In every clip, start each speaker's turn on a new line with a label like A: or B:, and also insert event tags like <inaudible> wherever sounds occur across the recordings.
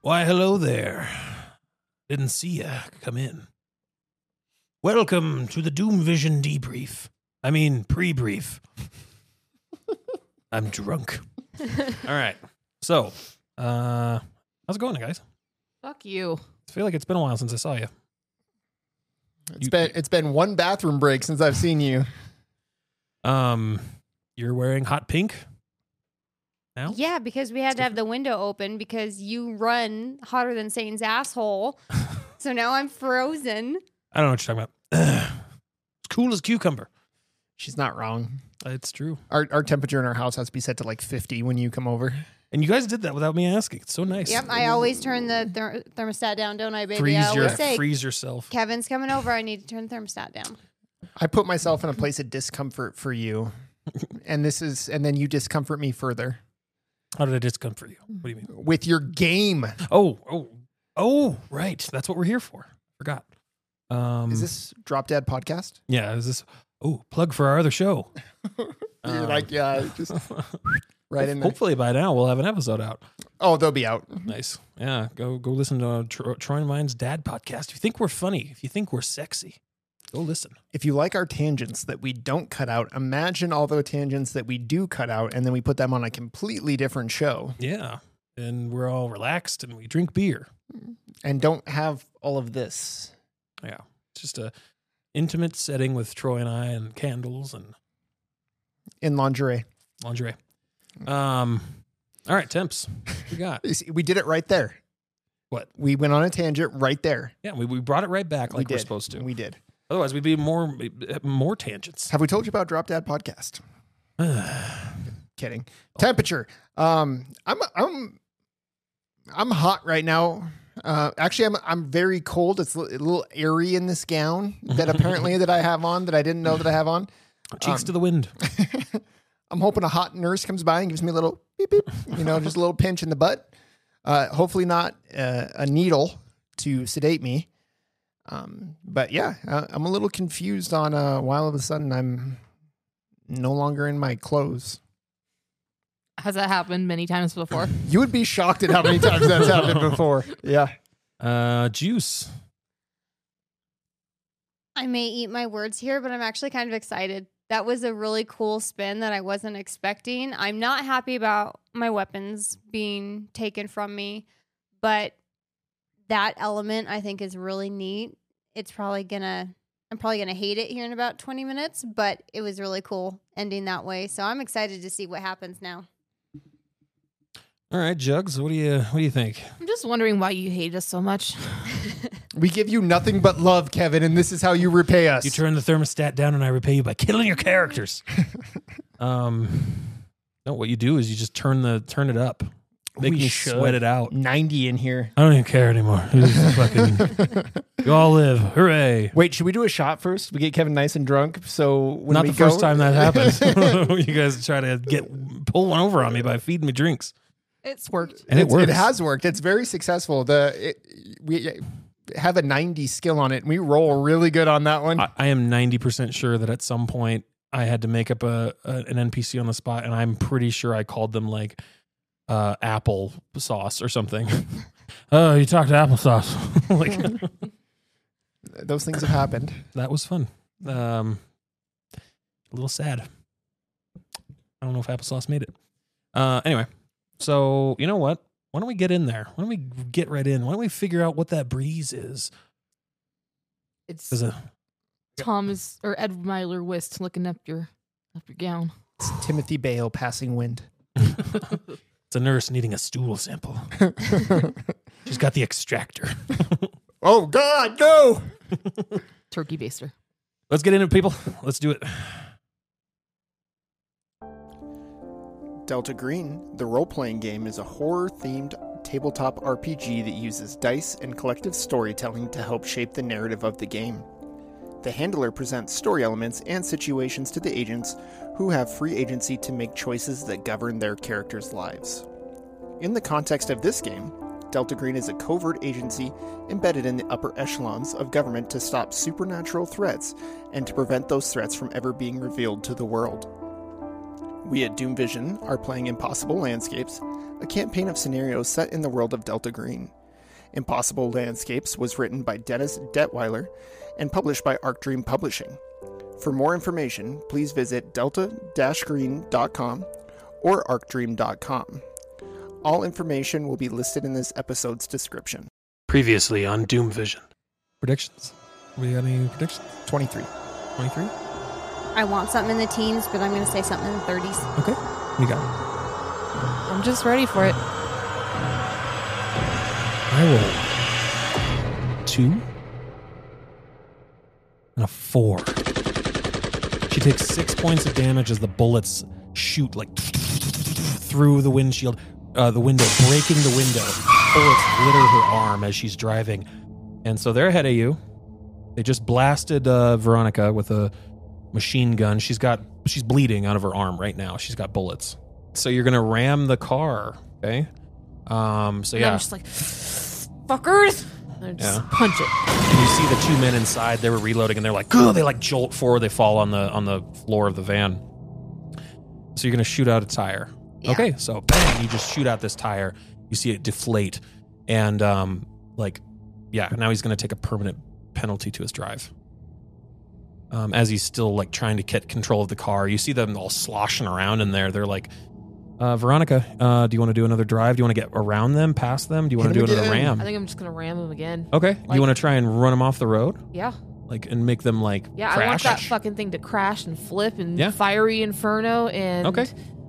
A: Why, hello there. Didn't see ya. Come in. Welcome to the Doom Vision debrief. I mean, pre brief. I'm
B: <laughs>
A: drunk. All right. So, uh, how's it going, guys?
B: Fuck you.
A: I feel like it's been a while since I saw you.
C: It's
A: You-
C: been it's been one bathroom break since I've seen you.
A: Um, you're wearing hot pink now?
B: Yeah, because we had to have the window open because you run hotter than
A: <laughs>
B: Satan's asshole. so now I'm frozen.
A: I don't know what you're talking about. <clears throat> it's cool as cucumber.
C: She's not wrong.
A: It's true.
C: Our our temperature in our house has to be set to like 50 when you come over.
A: And you guys did that without me asking. It's so nice.
B: Yep, I always turn the ther- thermostat down, don't I, baby? I
A: freeze your
B: always say,
A: freeze yourself.
B: Kevin's coming over. I need to turn the thermostat down.
C: I put myself in a place of discomfort for you. And this is and then you discomfort me further
A: How did I discomfort you? What do you mean?
C: with your game.
A: Oh, oh, oh, right. That's what we're here for. Forgot. Um,
C: Is this Drop Dad podcast?
A: Yeah, is this? Oh, plug for our other show.
C: You're
A: Um,
C: like yeah, just right in there.
A: Hopefully by now we'll have an episode out.
C: Oh, they'll be out.
A: Nice. Yeah, go go listen to uh, Tro- Troy and Mine's dad podcast. If you think we're funny, if you think we're sexy, go listen.
C: If you like our tangents that we don't cut out, imagine all the tangents that we do cut out and then we put them on a completely different show
A: Yeah, and we're all relaxed and we drink beer.
C: and don't have all of this.
A: Yeah, it's just a intimate setting with Troy and I and candles and
C: in lingerie.
A: lingerie. Um, all right, temps. What we got
C: You see, We did it right there.
A: What?
C: We went on a tangent right there.
A: yeah. We, we brought it right back
C: we
A: like
C: did.
A: we are supposed to.
C: We did.
A: Otherwise, we'd be more more tangents.
C: Have we told you about Drop Dad podcast?
A: yeah,
C: Kidding.
A: Oh.
C: Temperature. Um, I'm I'm I'm hot right now. Uh, actually, I'm I'm very cold. It's a li- a little airy in this gown
A: <laughs>
C: that apparently that I have on that I didn't know that I have on.
A: <sighs>
C: Um,
A: cheeks to the wind.
C: I'm hoping a hot nurse comes by and gives me a little beep beep, you know, just a little pinch in the butt. Uh, hopefully not uh, a needle to sedate me. Um, but yeah, uh, I'm a little confused on uh, why all of a sudden I'm no longer in my clothes.
D: Has that happened many times before?
A: <laughs>
C: You would be shocked at how many times that's happened before. Yeah.
A: Uh, juice.
B: I may eat my words here, but I'm actually kind of excited. That was a really cool spin that I wasn't expecting. I'm not happy about my weapons being taken from me, but that element I think is really neat. It's probably gonna, I'm probably gonna hate it here in about 20 minutes, but it was really cool ending that way. So I'm excited to see what happens now.
A: All right, jugs. What do you what do you think?
D: I'm just wondering why you hate us so much.
C: We give you nothing but love, Kevin, and this is how you repay us.
A: You turn the thermostat down, and I repay you by killing your
C: <laughs>
A: characters. um, no. What you do is you just turn the turn it up, make
C: We
A: me
C: should.
A: sweat it out.
C: 90 in here.
A: I don't even care anymore. This
C: <laughs>
A: is fucking, you all live. Hooray!
C: Wait, should we do a shot first? We get Kevin nice and drunk. So when
A: Not
C: we
A: the first
C: go-
A: time that
C: <laughs>
A: happens. <laughs> you guys try to get pull one over on me by feeding me drinks,
D: It's worked.
A: and it
C: It's-
A: works.
C: It has worked. It's very successful. The it, we have a 90 skill on it. And we roll really good on that one.
A: I, I am 90% sure that at some point I had to make up a, a an NPC on the spot and I'm pretty sure I called them like uh, apple sauce or something. oh, you talked applesauce. <laughs> like
C: Those things have happened.
A: that was fun. Um a little sad. I don't know if applesauce made it. Uh anyway, so you know what? Why don't we get in there? Why don't we get right in? Why don't we figure out what that breeze is? uh,
D: It's
A: Is it
D: Thomas or Ed Myler Wist looking up your up your gown.
C: It's Timothy Bale passing wind.
A: <laughs> it's a nurse needing a stool sample. She's got the extractor.
C: <laughs> oh God, no!
D: Turkey baster.
A: Let's get into it, people. Let's do it.
C: Delta Green, the role playing game, is a horror themed tabletop RPG that uses dice and collective storytelling to help shape the narrative of the game. The handler presents story elements and situations to the agents who have free agency to make choices that govern their characters' lives. In the context of this game, Delta Green is a covert agency embedded in the upper echelons of government to stop supernatural threats and to prevent those threats from ever being revealed to the world. We at Doom Vision are playing Impossible Landscapes, a campaign of scenarios set in the world of Delta Green. Impossible Landscapes was written by Dennis Detweiler and published by Arc Dream Publishing. For more information, please visit delta-green.com or arcdream.com. All information will be listed in this episode's description.
A: Previously on Doom Vision. Predictions? We got any predictions?
C: 23.
A: 23?
B: I want something in the teens, but I'm going to say something in the 30s.
A: Okay. You got it.
E: I'm just ready for it.
A: I roll two and a four. She takes six points of damage as the bullets shoot like through the windshield, uh, the window, breaking the window. Bullets glitter her arm as she's driving. And so they're ahead of you. They just blasted uh, Veronica with a machine gun. She's got she's bleeding out of her arm right now. She's got bullets. So you're gonna ram the car, okay? Um, so
D: And
A: yeah,
D: I'm just like, fuckers. And I just
A: Yeah.
D: punch it.
A: And you see the two men inside. They were reloading, and they're like, "Ugh," they like jolt forward. They fall on the on the floor of the van. So you're gonna shoot out a tire. Okay, so bang, you just shoot out this tire. You see it deflate, and um, like, yeah. Now he's gonna take a permanent penalty to his drive. Um, as he's still like trying to get control of the car, you see them all sloshing around in there. They're like, uh, "Veronica, uh, do you want to do another drive? Do you want to get around them, past them? Do you want to
C: Hit
A: do
C: 'em
A: another
C: again.
A: ram?"
D: I think I'm just gonna ram him again.
A: Okay,
D: Like-
A: you want to try and run them off the road?
D: Yeah.
A: like and make them like
D: Yeah, I want
A: crash.
D: that fucking thing to crash and flip and
A: Yeah.
D: fiery inferno and
A: Okay.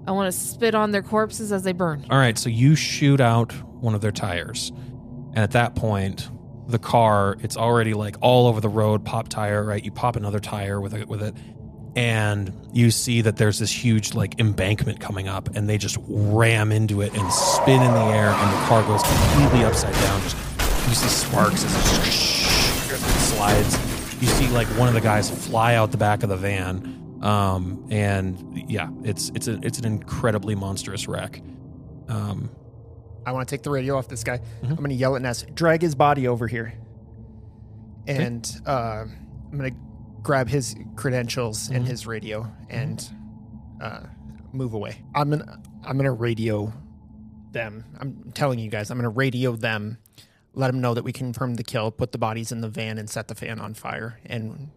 D: I want to spit on their corpses as they burn.
A: All right, so you shoot out one of their tires, and at that point, the car it's already like all over the road. Pop tire, right? You pop another tire with it, with it, and you see that there's this huge like embankment coming up, and they just ram into it and spin in the air, and the car goes completely upside down. Just you see sparks as it slides. You see like one of the guys fly out the back of the van. Um and yeah, it's it's a it's an incredibly monstrous wreck. Um,
C: I want to take the radio off this guy.
A: Mhm.
C: I'm going to yell at Ness, drag his body over here. And uh, I'm going to grab his credentials and his radio and uh, move away. I'm going to I'm going to radio them. I'm telling you guys, I'm going to radio them. Let them know that we confirmed the kill, put the bodies in the van and set the van on fire and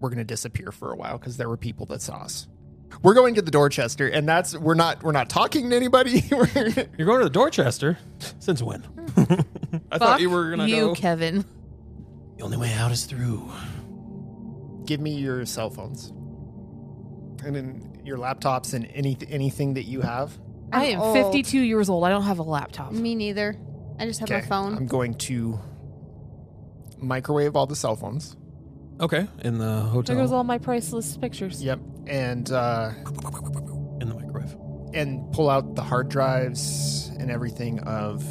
C: we're going to disappear for a while cuz there were people that saw us. We're going to the Dorchester and that's we're not we're not talking to anybody. <laughs> We're-
A: you're going to the Dorchester? Since when? I
D: Fuck you, Kevin.
A: The only way out is through.
C: give me your cell phones and then your laptops and any, anything that you have
D: I
B: I'm
D: am
B: old.
D: 52 years old. I don't have a laptop.
B: Me neither. I just have my phone.
C: i'm going to microwave all the cell phones
A: Okay, in the
D: There goes
A: hotel,
D: all my priceless pictures.
C: yep and uh,
A: in the microwave.
C: and pull out the hard drives and everything of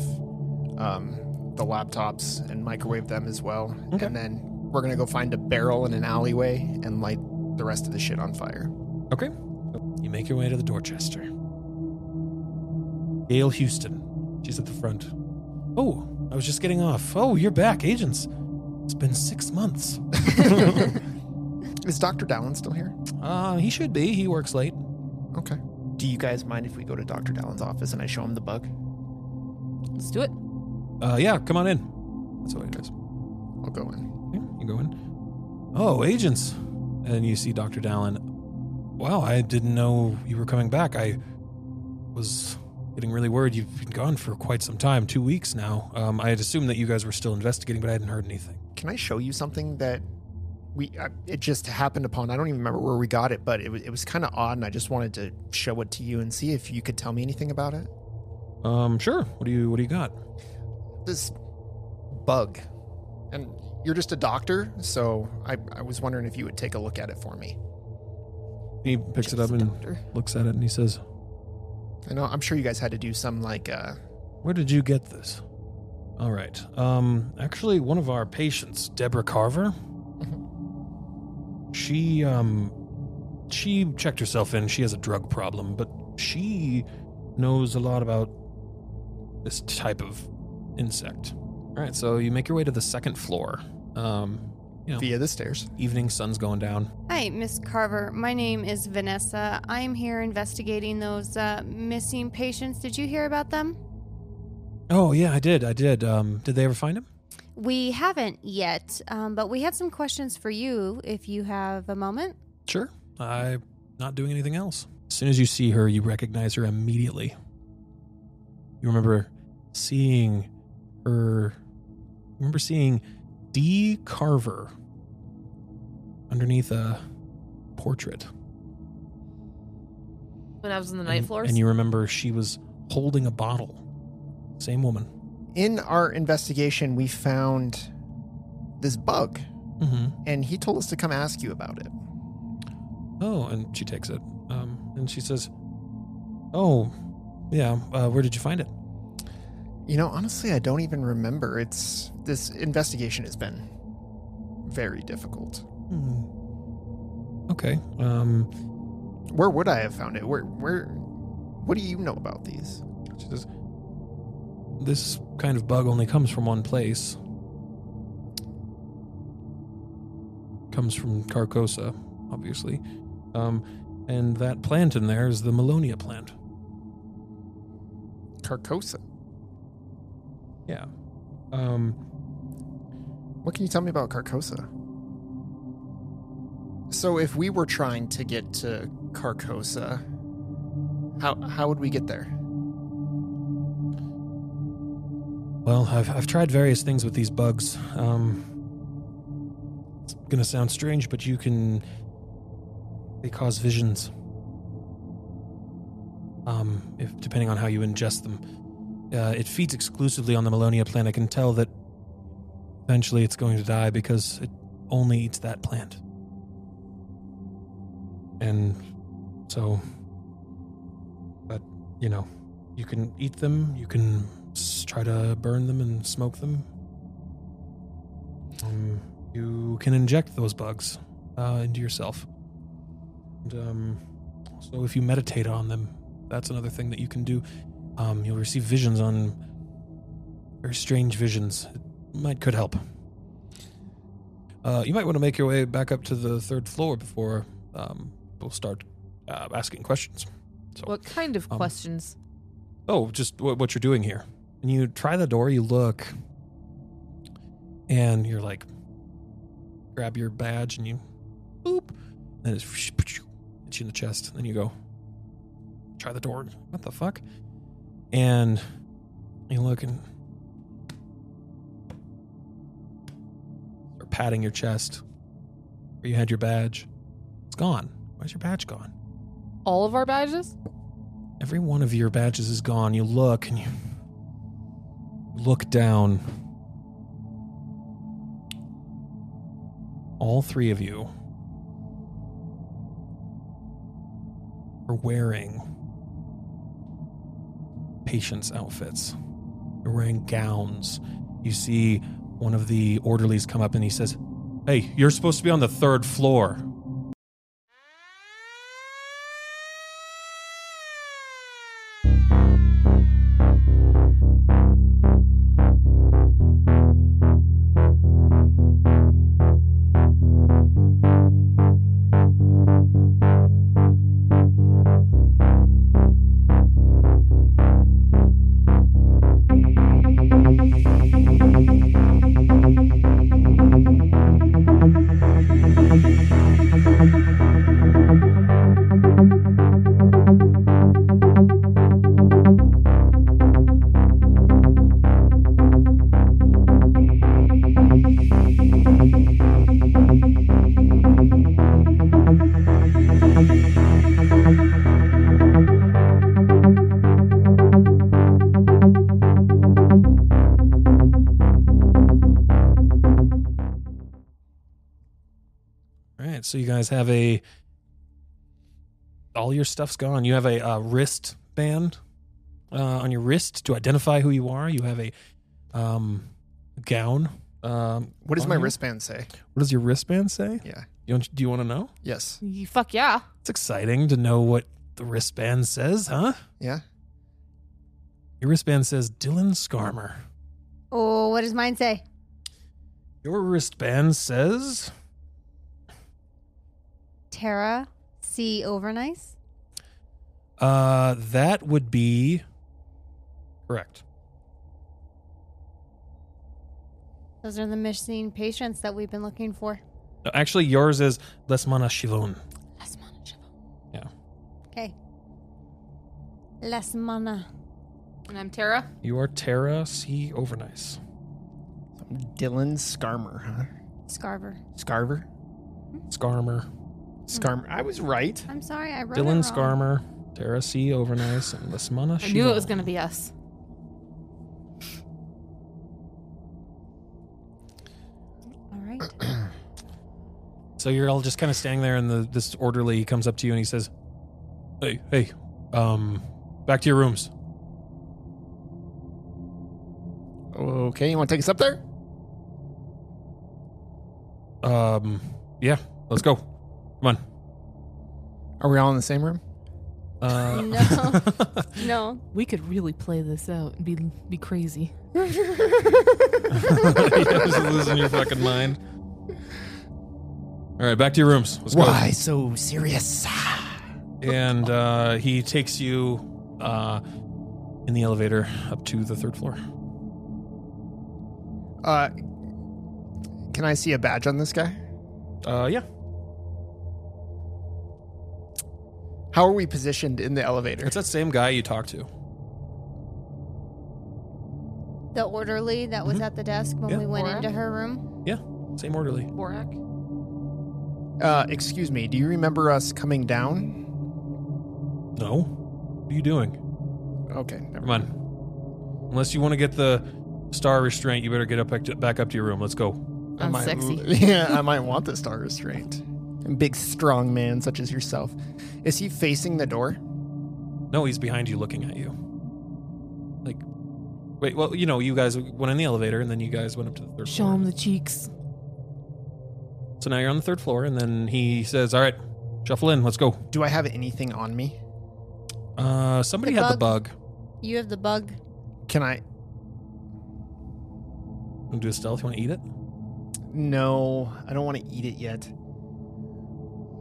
C: um, the laptops and microwave them as well
A: Okay.
C: and then we're gonna go find a barrel in an alleyway and light the rest of the shit on fire <laughs>
A: Okay, you make your way to the Dorchester. Gail Houston, she's at the front. Oh, I was just getting off. Oh, you're back, agents. It's been six months.
C: is dr dallin still here
A: Uh, he should be. He works late.
C: okay do you guys mind if we go to dr dallin's office and i show him the bug
D: Let's do it.
A: Uh, yeah, come on in. That's what it is.
C: i'll go in
A: Yeah, you go in. Oh, agents. And you see Dr. Dallin. Wow, I didn't know you were coming back. I was getting really worried. You've been gone for quite some time, two weeks now. Um, I had assumed that you guys were still investigating, but I hadn't heard anything.
C: can I show you something that we uh, it just happened upon? I don't even remember where we got it, but it was it was kind of odd, and I just wanted to show it to you and see if you could tell me anything about it.
A: Um, sure. What do you What do you got?
C: This bug, and you're just a doctor, so I I was wondering if you would take a look at it for me.
A: He picks
D: Just
A: it up
D: a
A: and
D: doctor.
A: looks at it, and he says,
C: I know I'm sure you guys had to do some like uh,
A: "Where did you get this?" All right. Um, actually, one of our patients, Deborah Carver. Mm-hmm. She um, she checked herself in. She has a drug problem, but she knows a lot about this type of insect. All right. So you make your way to the second floor. Um, you know,
C: via the stairs.
A: evening sun's going down.
B: Hi, Miss Carver. My name is Vanessa. I am here investigating those uh, missing patients. Did you hear about them?
A: Oh yeah, I did. I did. Um, did they ever find him?
B: We haven't yet, um, but we had some questions for you if you have a moment.
A: Sure. I'm not doing anything else. As soon as you see her, you recognize her immediately. You remember seeing her. you Remember seeing D. Carver underneath a portrait.
E: When I was on the night
A: and,
E: floors.
A: And you remember she was holding a bottle. Same woman.
C: In our investigation, we found this bug,
A: Mm-hmm.
C: and he told us to come ask you about it.
A: Oh, and she takes it. Um, and she says, Oh, yeah, uh, where did you find it?
C: You know, honestly, I don't even remember. It's this investigation has been very difficult.
A: Hmm. Okay. Um,
C: Where would I have found it? Where, where, what do you know about these?
A: she says, This kind of bug only comes from one place. Comes from Carcosa, obviously. Um, and that plant in there is the Melonia plant.
C: Carcosa.
A: Yeah. Um,
C: What can you tell me about Carcosa? So, if we were trying to get to Carcosa, how how would we get there?
A: well, I've, I've tried various things with these bugs. Um, it's gonna sound strange, but you can. They cause visions. Um, if depending on how you ingest them, uh, it feeds exclusively on the Melonia plant. I can tell that eventually it's going to die because it only eats that plant. And so, but you know, you can eat them. You can s- try to burn them and smoke them. Um, you can inject those bugs uh, into yourself. And, um, so if you meditate on them, that's another thing that you can do. Um, you'll receive visions on very strange visions. It might could help. Uh, you might want to make your way back up to the third floor before um, we'll start uh, asking questions.
D: What kind of
A: Um,
D: questions?
A: Oh, just what, what you're doing here. And you try the door, you look, and you're like, grab your badge and you boop. Then it's hits you in the chest. And then you go, try the door. What the fuck? And you look and start patting your chest where you had your badge. It's gone. Why's your badge gone?
D: All of our badges?
A: Every one of your badges is gone. You look and you look down. All three of you are wearing patients' outfits. You're wearing gowns. You see one of the orderlies come up and he says, Hey, you're supposed to be on the third floor. All right, so you guys have a all your stuff's gone. You have a uh, wrist band uh, on your wrist to identify who you are. You have a um, gown. Um,
C: What does
A: on
C: my
A: you.
C: wristband say?
A: What does your wristband say?
C: Yeah.
A: You want, do you want to know?
C: Yes.
D: You, fuck yeah.
A: It's exciting to know what the wristband says, huh?
C: Yeah.
A: Your wristband says Dylan Skarmer.
B: Oh, what does mine say?
A: Your wristband says
B: Tara C. Overnice.
A: uh, that would be correct.
B: Those are the missing patients that we've been looking for.
A: No, actually, yours is Lesmana Shilon.
B: Las mana Shiva.
A: Yeah.
B: Okay. Las mana.
D: And I'm Tara.
A: You are Tara C. Overnice.
C: Dylan Scarmer, huh?
B: Scarver.
C: Scarver?
A: Scarmer.
C: Scarmer. I was right.
B: I'm sorry, I wrote it
A: Dylan
B: wrong.
A: Scarmer. Tara C. Overnice. And Lesmana Shilon.
D: I knew it was going to be us.
B: All right.
A: So you're all just kind of standing there, and the this orderly comes up to you and he says, "Hey, hey, um, back to your rooms."
C: Okay, you want to take us up there?
A: Um, yeah, let's go. Come on.
C: Are we all in the same room?
A: <laughs> Uh,
B: No. No.
D: We could really play this out and be be crazy.
A: You're just losing your fucking mind. All right, back to your rooms. Let's
C: Why so serious?
A: go. And uh, he takes you uh, in the elevator up to the third floor.
C: Uh, can I see a badge on this guy?
A: Uh, yeah.
C: How are we positioned in the elevator?
A: It's that same guy you talked to.
B: The orderly that was at the desk when
A: Mm-hmm. Yeah.
B: we went
D: Aura?
B: into her room.
A: Yeah, same orderly.
D: Borak.
C: Uh, excuse me, do you remember us coming down?
A: No. What are you doing?
C: Okay, never
A: Come on. Unless you want to get the star restraint, you better get up back to, back up to your room. Let's go.
C: I might,
D: Unsexy.
C: <laughs> Yeah, I might want the star restraint. A big, strong man such as yourself. Is he facing the door?
A: No, he's behind you looking at you. Like, wait, well, you know, you guys went in the elevator and then you guys went up to the third
D: Show
A: floor.
D: him the cheeks.
A: So now you're on the third floor, and then he says, "All right, shuffle in. Let's go."
C: Do I have anything on me?
A: Uh, somebody
B: The
A: had the bug.
B: You have the bug.
C: Can I?
A: Wanna do a stealth. You want to eat it?
C: No, I don't want to eat it yet.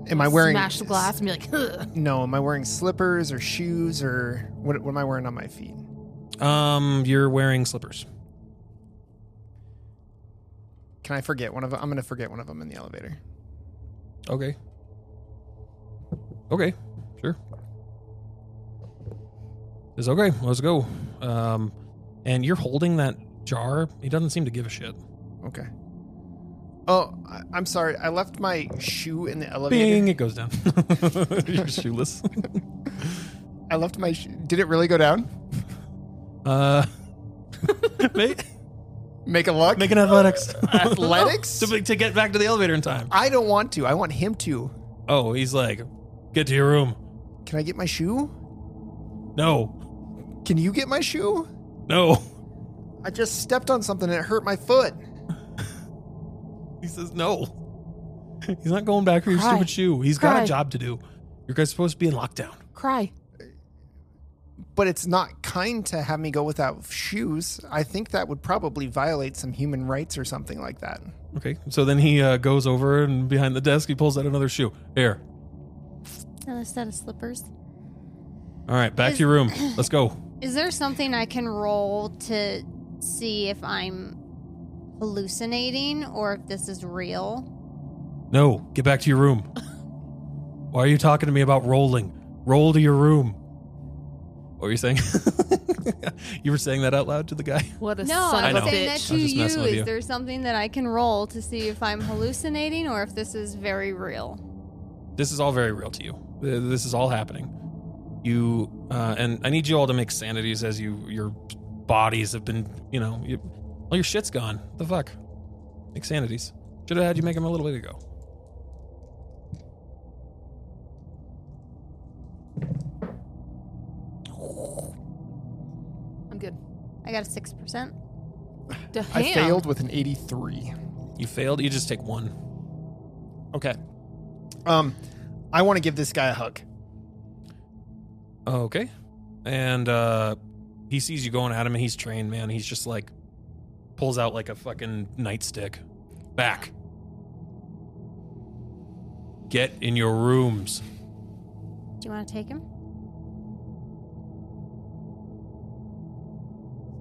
C: Am I wearing?
D: Smash the glass and be like, Ugh.
C: No, am I wearing slippers or shoes or what? What am I wearing on my feet?
A: Um, you're wearing slippers.
C: Can I forget one of? I'm gonna forget one of them in the elevator.
A: Okay. Okay, sure. Says, "Okay, let's go." Um, and you're holding that jar. He doesn't seem to give a shit.
C: Okay. Oh, I, I'm sorry. I left my shoe in the elevator.
A: Bing! It goes down. <laughs> you're shoeless.
C: I left my. Sh- Did it really go down?
A: <laughs> <laughs> Uh, make,
C: Make a look.
A: make an <laughs> athletics
C: <laughs> athletics.
A: to, to get back to the elevator in time.
C: I don't want to. I want him to.
A: Oh, he's like, "Get to your room."
C: Can I get my shoe?
A: No,
C: Can you get my shoe?
A: no. <laughs>
C: I just stepped on something and it hurt my foot.
A: He says no. He's not going back for your
D: Cry.
A: stupid shoe. He's got
D: Cry.
A: a job to do. You guys supposed to be in lockdown.
D: cry.
C: But it's not kind to have me go without shoes. I think that would probably violate some human rights or something like that.
A: Okay. So then he uh, goes over and behind the desk, he pulls out another shoe. Here.
B: Another set of slippers.
A: All right, back to your room. Let's go.
B: Is there something I can roll to see if I'm hallucinating or if this is real?
A: No, get back to your room. Why are you talking to me about rolling? Roll to your room. What were you saying? <laughs> you were saying that out loud to the guy?
D: What a
B: no,
D: son
B: I'm
D: of a
B: saying
D: bitch.
B: that to
A: I'm just
B: you.
A: messing with
B: Is
A: you.
B: there something that I can roll to see if I'm hallucinating or if this is very real?
A: This is all very real to you. Th- This is all happening. You uh, and I need you all to make sanities as you your bodies have been, you know, you, all your shit's gone. the fuck? Make sanities. Should have had you make them a little bit ago.
D: I'm good.
B: I got a six percent.
D: Damn.
C: I failed with an 83.
A: You failed. You just take one.
C: Okay. Um, I want to give this guy a hug.
A: Okay. And uh he sees you going at him, and he's trained, man. He's just like pulls out like a fucking nightstick. Back. Get in your rooms.
B: Do you want to take him?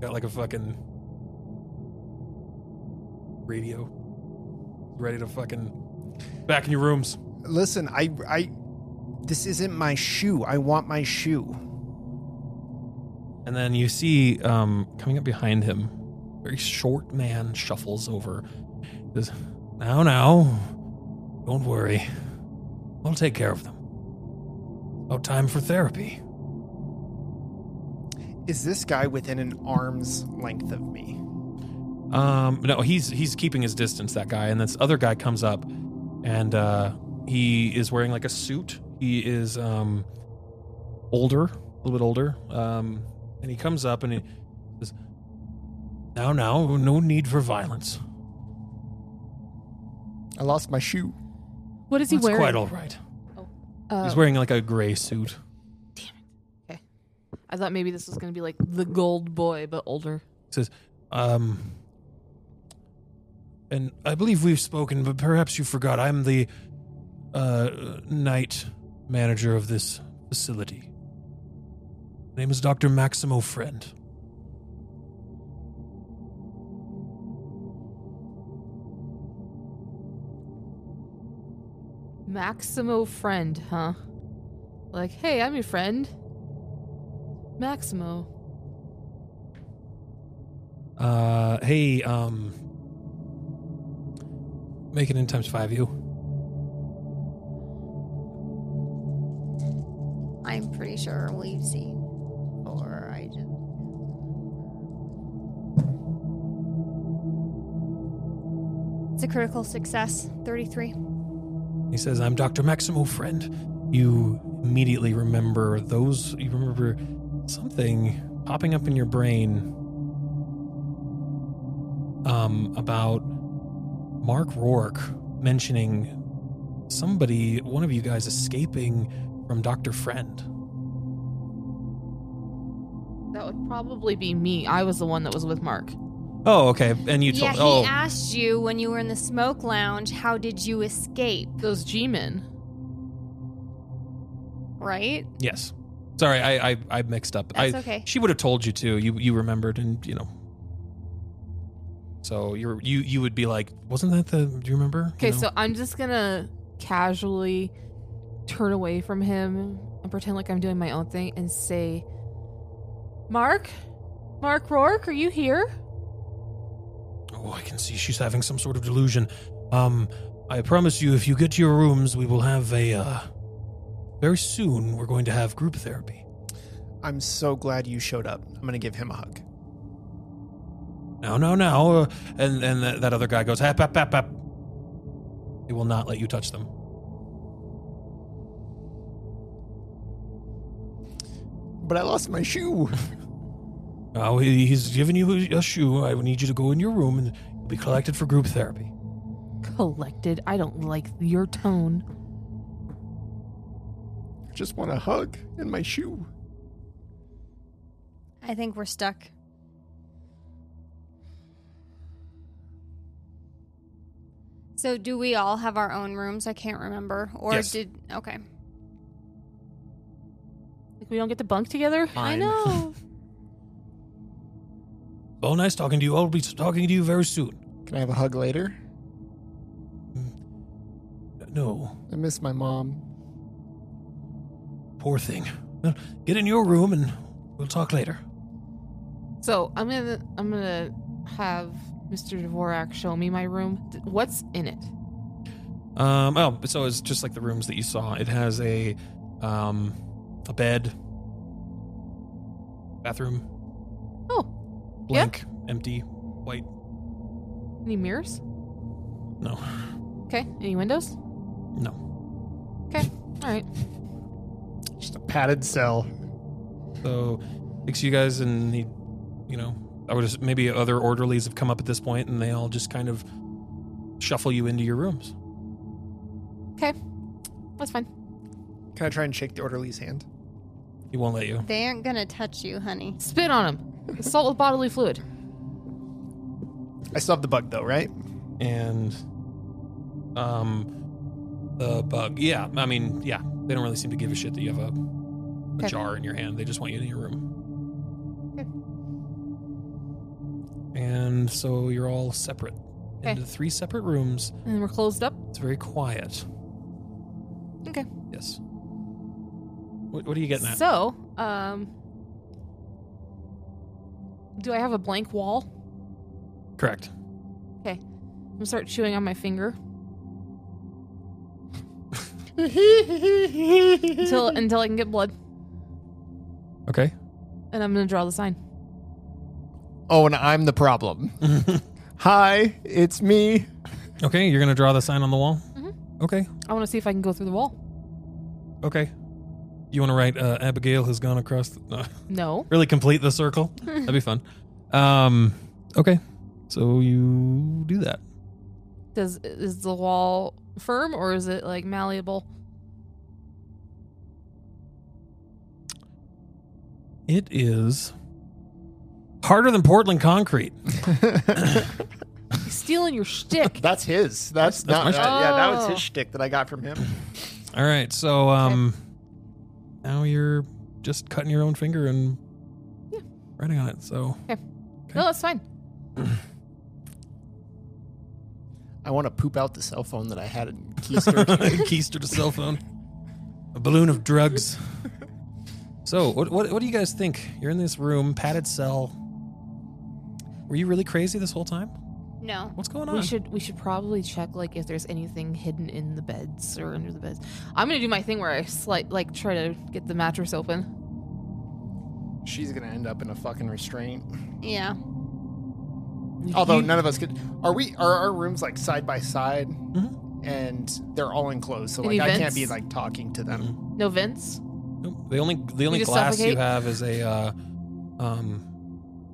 A: Got like a fucking radio. Ready to fucking back in your rooms.
C: Listen, I, I, this isn't my shoe. I want my shoe.
A: And then you see um, coming up behind him, very short man shuffles over. He says, Now, now, don't worry. I'll take care of them. About time for therapy.
C: Is this guy within an arm's length of me?
A: Um, no, he's he's keeping his distance. That guy, and this other guy comes up, and uh, he is wearing like a suit. He is um, older, a little bit older, um, and he comes up and he says, "Now, now, no need for violence.
C: I lost my shoe.
D: What is he
A: It's
D: wearing?
A: quite all right."
D: Uh,
A: He's wearing like a gray suit.
D: I thought maybe this was gonna be like the gold boy, but older.
A: Um, and I believe we've spoken, but perhaps you forgot. I'm the uh, night manager of this facility. My name is Dr. Maximo Friend.
D: Maximo friend, huh? Like, hey, I'm your friend. Maximo.
A: Uh, hey, um, make it in times five, you.
B: I'm pretty sure we've seen, or I just. It's a critical success. 33.
A: He says, I'm Dr. Maximo Friend. You immediately remember those, you remember something popping up in your brain um, about Mark Rourke mentioning somebody, one of you guys, escaping from Dr. Friend.
D: That would probably be me. I was the one that was with Mark.
A: Oh, okay. And you
B: yeah,
A: told,
B: he
A: oh,
B: asked you when you were in the smoke lounge, how did you escape,
D: Those G men.
B: right?
A: yes. Sorry, I, I, I mixed up.
B: That's
A: I,
B: okay.
A: She would have told you too. You you remembered, and you know. So you're you you would be like, wasn't that the? Do you remember? You
D: Okay,
A: know?
D: so I'm just gonna casually turn away from him and pretend like I'm doing my own thing and say, Mark? Mark Rourke, are you here?
A: Oh, I can see she's having some sort of delusion. Um, I promise you, if you get to your rooms, we will have a. Uh, very soon, we're going to have group therapy.
C: I'm so glad you showed up. I'm going to give him a hug.
A: No, no, no. Uh, and and that that other guy goes, hap, hap, hap, hap. He will not let you touch them.
C: But I lost my shoe. <laughs>
A: Oh, he, he's given you a shoe. I need you to go in your room and you'll be collected for group therapy.
D: Collected. I don't like your tone.
C: Just want a hug and my shoe.
B: I think we're stuck. So, do we all have our own rooms? I can't remember. Or
A: Yes.
B: did. Okay.
D: Like we don't get to bunk together?
C: Fine.
D: know.
A: Well, nice talking to you. I'll be talking to you very soon.
C: Can I have a hug later?
A: No,
C: I miss my mom.
A: poor thing. Well, Get in your room and we'll talk later.
D: so I'm gonna I'm gonna have Mr. Dvorak show me my room. D- What's in it?
A: Um, oh, so it's just like the rooms that you saw. It has a um, a bed, bathroom,
D: Oh,
A: blank, empty, white.
D: any mirrors?
A: No,
D: Okay. Any windows?
A: no.
D: All right.
C: Just a padded cell.
A: So takes you guys, and he, you know, I would just maybe other orderlies have come up at this point, and they all just kind of shuffle you into your rooms.
D: That's fine.
C: Can I try and shake the orderly's hand?
A: He won't let you.
B: They aren't going to touch you, honey.
D: Spit on him.
A: <laughs>
D: Assault with bodily fluid.
C: I still have the bug though, right?
A: and um the bug. Yeah, I mean, yeah, they don't really seem to give a shit that you have a, a
D: Okay.
A: jar in your hand. They just want you in your room. And so you're all separate.
D: Okay.
A: into three separate rooms.
D: And we're closed up.
A: It's very quiet.
D: Okay.
A: Yes. What, what are you getting at?
D: So, um, do I have a blank wall?
A: Correct.
D: I'm gonna start chewing on
A: <laughs>
D: my finger until until I can get blood,
A: Okay.
D: and I'm gonna draw the sign.
C: Oh, and I'm the problem. <laughs> Hi, it's me. <laughs>
A: Okay, you're gonna draw the sign on the wall.
D: Mhm.
A: Okay.
D: I want to see if I can go through the wall.
A: Okay. You want to write uh, Abigail has gone across. The, no.
D: No.
A: <laughs> really complete the
D: <laughs>
A: circle. That'd be fun. Um. Okay. So you do that.
D: Does is the wall firm or is it like malleable?
A: It is harder than Portland concrete.
D: He's stealing
A: <laughs>
D: your shtick.
C: That's his. That's,
A: That's
C: not.
A: my
C: that-
A: shtick.
C: yeah, that was
D: Oh.
C: his shtick that I got from him.
A: All right. So um, now you're just cutting your own finger and
D: Yeah.
A: writing on it. So
D: No, that's fine.
C: I want to poop out the cell phone that I had in <laughs> Keister.
A: keister to cell phone, a balloon of drugs. So what, what what do you guys think? You're in this room, padded cell. Were you really crazy this whole time?
B: No.
A: What's going
D: We
A: on?
D: should we should probably check like if there's anything hidden in the beds or under the beds. I'm gonna do my thing where I slight like try to get the mattress open.
C: She's gonna end up in a fucking restraint.
B: Yeah.
C: Although none of us could. Are we? Are our rooms like side by side?
A: Mhm.
C: Mm-hmm. And they're all enclosed, so like
D: Any
C: I can't
D: vents?
C: be like talking to them.
D: No vents.
A: Nope. The only the only
D: just
A: glass you
D: suffocate?
A: have is a uh, um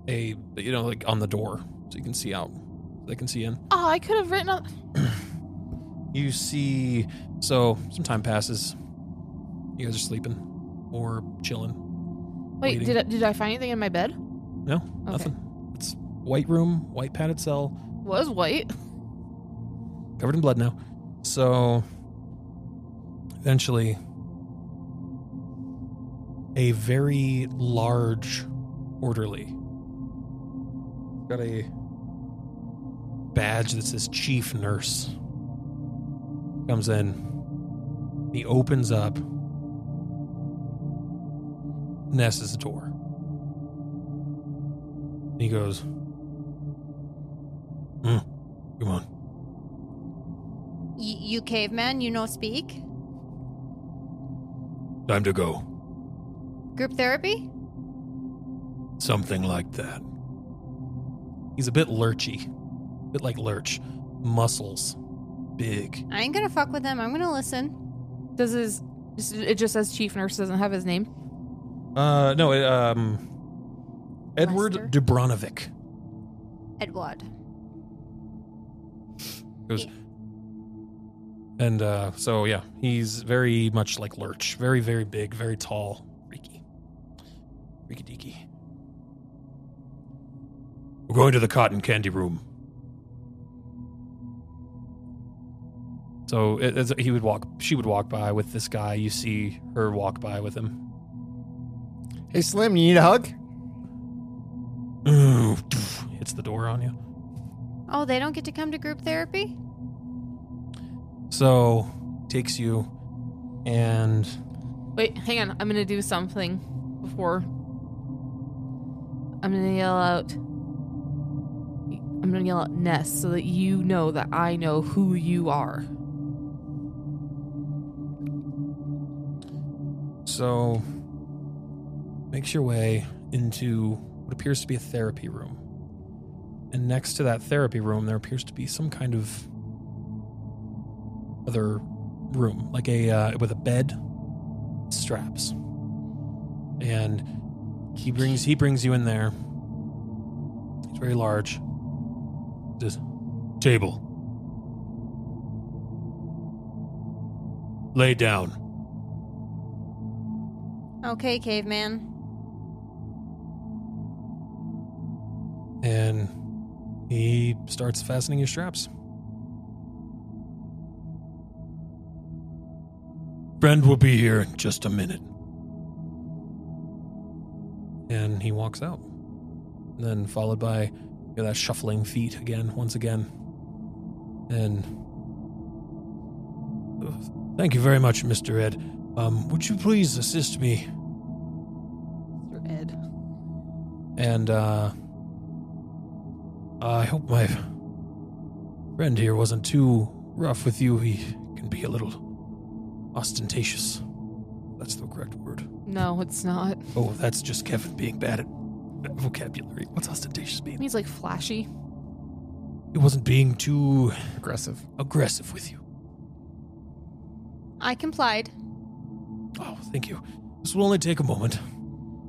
A: a you know like on the door, so you can see out. They can see in.
D: Oh, I could have written up.
A: You see. So some time passes. You guys are sleeping or chilling.
D: Wait,
A: Waiting.
D: did I, did I find anything in my bed?
A: No, nothing. It's white room, white padded cell.
D: Was white.
A: covered in blood now. So eventually, a very large orderly got a badge that says chief nurse comes in. He opens up Ness's door. And he goes, "Mm, Come on.
B: Y- you caveman, you no speak.
A: Time to go.
B: Group therapy?
A: Something like that. He's a bit lurchy. A bit like Lurch. Muscles. Big.
B: I ain't gonna fuck with them. I'm gonna listen.
D: Does his it just says chief nurse doesn't have his name?
A: Uh, no, it, um. Edward
B: Lester?
A: Dubronovic.
B: Edward.
A: Goes, and, uh, so yeah, he's very much like Lurch. Very, very big, very tall. Freaky. Freaky deaky. We're going to the cotton candy room. So it, it's- he would walk, she would walk by with this guy. You see her walk by with him.
C: Hey Slim, you need a hug?
A: Ooh, hits the door on you.
B: Oh, they don't get to come to group therapy?
A: So takes you and
D: Wait, hang on. I'm gonna do something before. I'm gonna yell out. I'm gonna yell out Ness so that you know that I know who you are.
A: so makes your way into what appears to be a therapy room. And next to that therapy room there appears to be some kind of other room, like a uh, with a bed, straps. And he brings he brings you in there. It's very large. This table. Lay down.
B: Okay, caveman.
A: and he starts fastening your straps. Friend will be here in just a minute. And he walks out. And then followed by you know, that shuffling feet again, once again. And thank you very much, Mr. Ed. Um, would you please assist me?
E: Mr. Ed.
A: And uh, I hope my friend here wasn't too rough with you. He can be a little ostentatious. That's the correct word.
D: No, it's not.
A: Oh, that's just Kevin being bad at vocabulary. What's ostentatious
D: It
A: mean?
D: means like flashy.
A: It wasn't being too
C: Aggressive.
A: aggressive with you.
B: I complied.
A: Oh, thank you. This will only take a moment.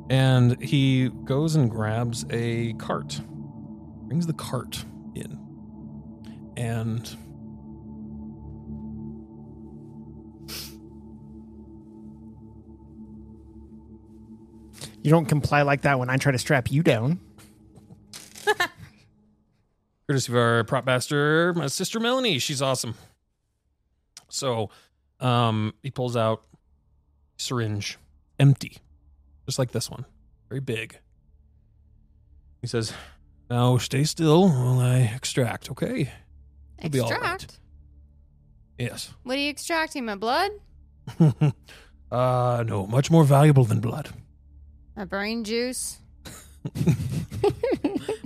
A: And he goes and grabs a cart, brings the cart in, and
C: You don't comply like that when I try to strap you down.
A: courtesy of our prop master, my sister Melanie. She's awesome. So, um, he pulls out syringe, empty, just like this one, very big. He says, "Now stay still while I extract." Okay. It'll be all right.
B: Extract.
A: Yes. <laughs>
B: What are you extracting? My blood?
A: uh, no, much more valuable than blood.
B: My brain juice?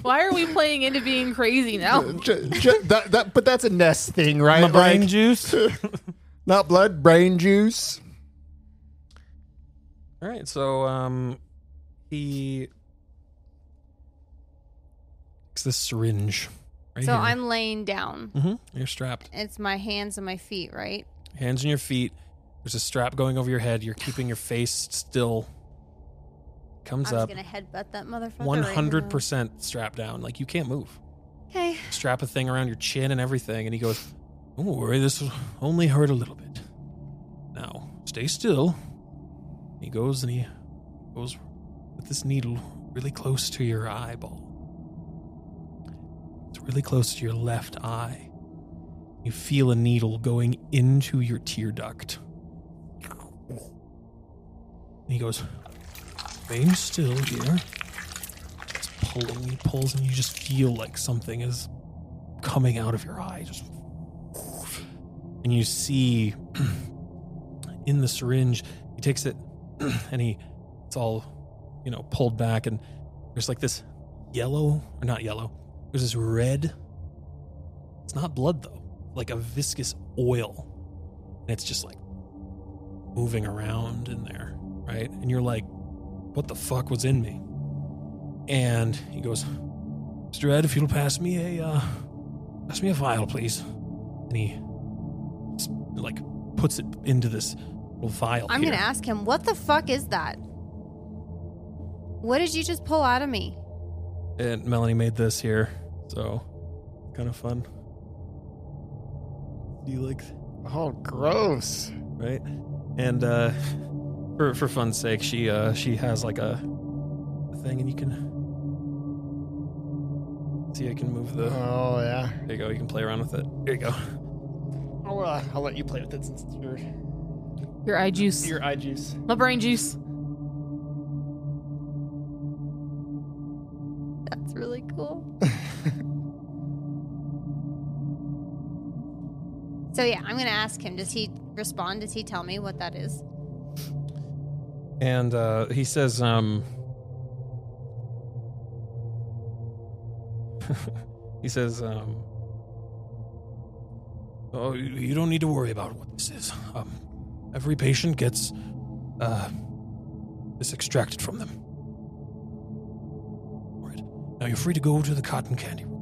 D: Why are we playing into being crazy now?
C: Uh, Ju- ju- that- that- but that's a Ness thing, right? Like, <laughs>
A: juice.
C: not blood, brain juice.
A: All right, so um, he takes this syringe. Right
B: so
A: here.
B: I'm laying down.
A: hmm You're strapped,
B: It's my hands and my feet, right?
A: hands on your feet. There's a strap going over your head. You're keeping your face still. Comes
B: I'm just
A: up,
B: gonna headbutt that motherfucker.
A: one hundred
B: percent.
A: percent strapped down. Like you can't move.
B: Okay.
A: Strap a thing around your chin and everything, and he goes, "Don't worry, this will only hurt a little bit. Now stay still." He goes and he goes with this needle really close to your eyeball. It's really close to your left eye. You feel a needle going into your tear duct. And he goes, Remain still here. It's pulling, he pulls, and you just feel like something is coming out of your eye. Just and you see <clears throat> in the syringe, he takes it <clears throat> and he it's all, you know, pulled back, and there's like this yellow, or not yellow, there's this red. It's not blood though, like a viscous oil. And it's just like moving around in there, right? And you're like, what the fuck was in me? And he goes, Mr. Ed, if you'll pass me a, uh, pass me a vial, please. And he, s- like, puts it into this little vial.
B: I'm
A: here.
B: gonna ask him, what the fuck is that? What did you just pull out of me?
A: and Melanie made this here, so kind of fun. Do you like,
C: Oh, gross.
A: right? And uh, for for fun's sake, she uh, she has like a, a thing, and you can see. I can move the.
C: Oh, yeah.
A: There you go. You can play around with it. There you go.
C: I'll, uh, I'll let you play with it since it's your,
D: Your eye juice.
C: your eye juice.
D: My brain juice.
B: That's really
A: <laughs>
B: cool. so yeah, I'm gonna ask him. Does he respond? Does he tell me what that is?
A: And uh, he says, um, <laughs> he says, um, oh, you you don't need to worry about what this is. Um, every patient gets uh, this extracted from them. All right. Now you're free to go to the cotton candy room.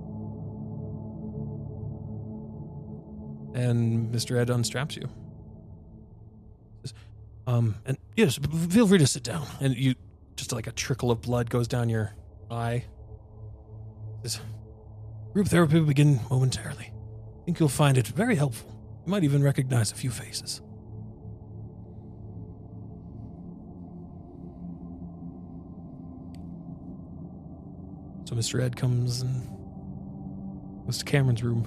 A: And Mr. Ed unstraps you. Um, and yes, b- b- feel free to sit down. And you, just like a trickle of blood goes down your eye. This group therapy will begin momentarily. I think you'll find it very helpful. You might even recognize a few faces. So Mr. Ed comes and goes to Cameron's room.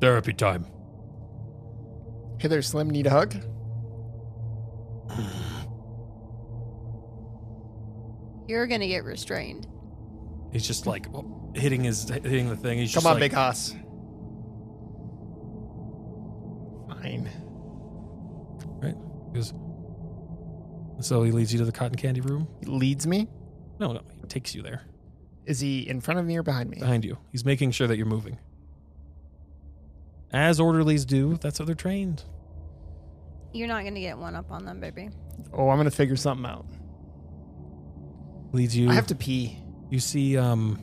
A: Therapy time.
C: Hey there, Slim. Need a hug?
B: You're gonna get restrained.
A: He's just like, well, hitting his hitting the thing. He's
C: Come
A: just
C: on,
A: like,
C: Big Hoss. Fine.
A: He goes- so he leads you to the cotton candy room.
C: He leads me.
A: No, no, he takes you there
C: Is he in front of me or behind me?
A: behind you. He's making sure that you're moving. As orderlies do, that's how they're trained.
B: You're not gonna get one up on them, baby.
C: Oh, I'm gonna figure something out.
A: Leads you.
C: I have to pee.
A: You see, um,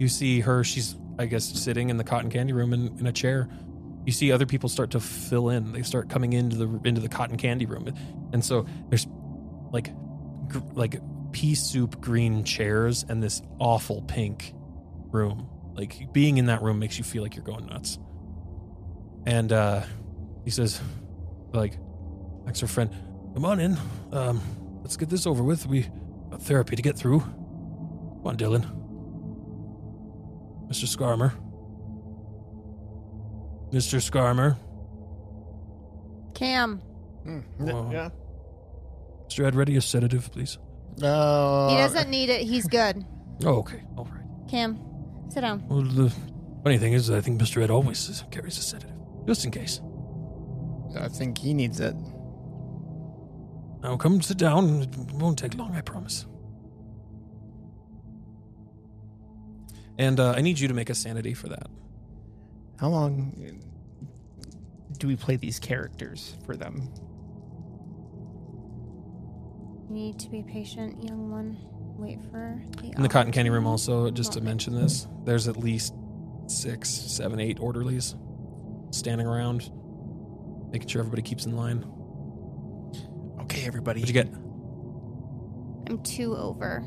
A: you see her. She's, I guess, sitting in the cotton candy room in, in a chair. You see other people start to fill in. They start coming into the into the cotton candy room, and so there's like gr- like pea soup green chairs and this awful pink room. Like being in that room makes you feel like you're going nuts. And uh, he says, like, thanks her friend, come on in. Um, let's get this over with. We got therapy to get through. Come on, Dylan. Mr. Skarmer. Mr. Skarmer.
B: Cam,
C: Hmm.
A: Whoa. Mr. Ed, ready a sedative, please.
C: No.
A: Uh,
B: he doesn't need it. He's good.
A: Oh, okay. All right.
B: Cam, sit down.
A: Well, the funny thing is, I think Mr. Ed always carries a sedative, just in case.
C: I think he needs it.
A: Now come sit down. It won't take long, I promise. And uh, I need you to make a sanity for that.
C: How long do we play these characters for them?
B: You need to be patient, young one. Wait for the
A: In the cotton candy room,
B: opportunity.
A: also, just to
B: Not-
A: mention this, there's at least six, seven, eight orderlies standing around, making sure everybody keeps in line.
C: Okay, everybody.
A: What'd you get?
B: I'm two over.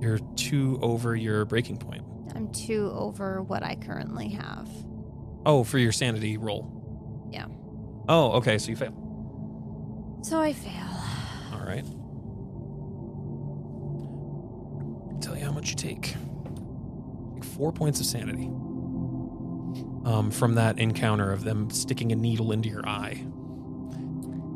A: You're two over your breaking point.
B: I'm two over what I currently have.
A: Oh, for your sanity roll.
B: Yeah.
A: Oh, okay, so you fail.
B: So I fail.
A: All right. Tell you how much you take. Take four points of sanity. Um, from that encounter of them sticking a needle into your eye.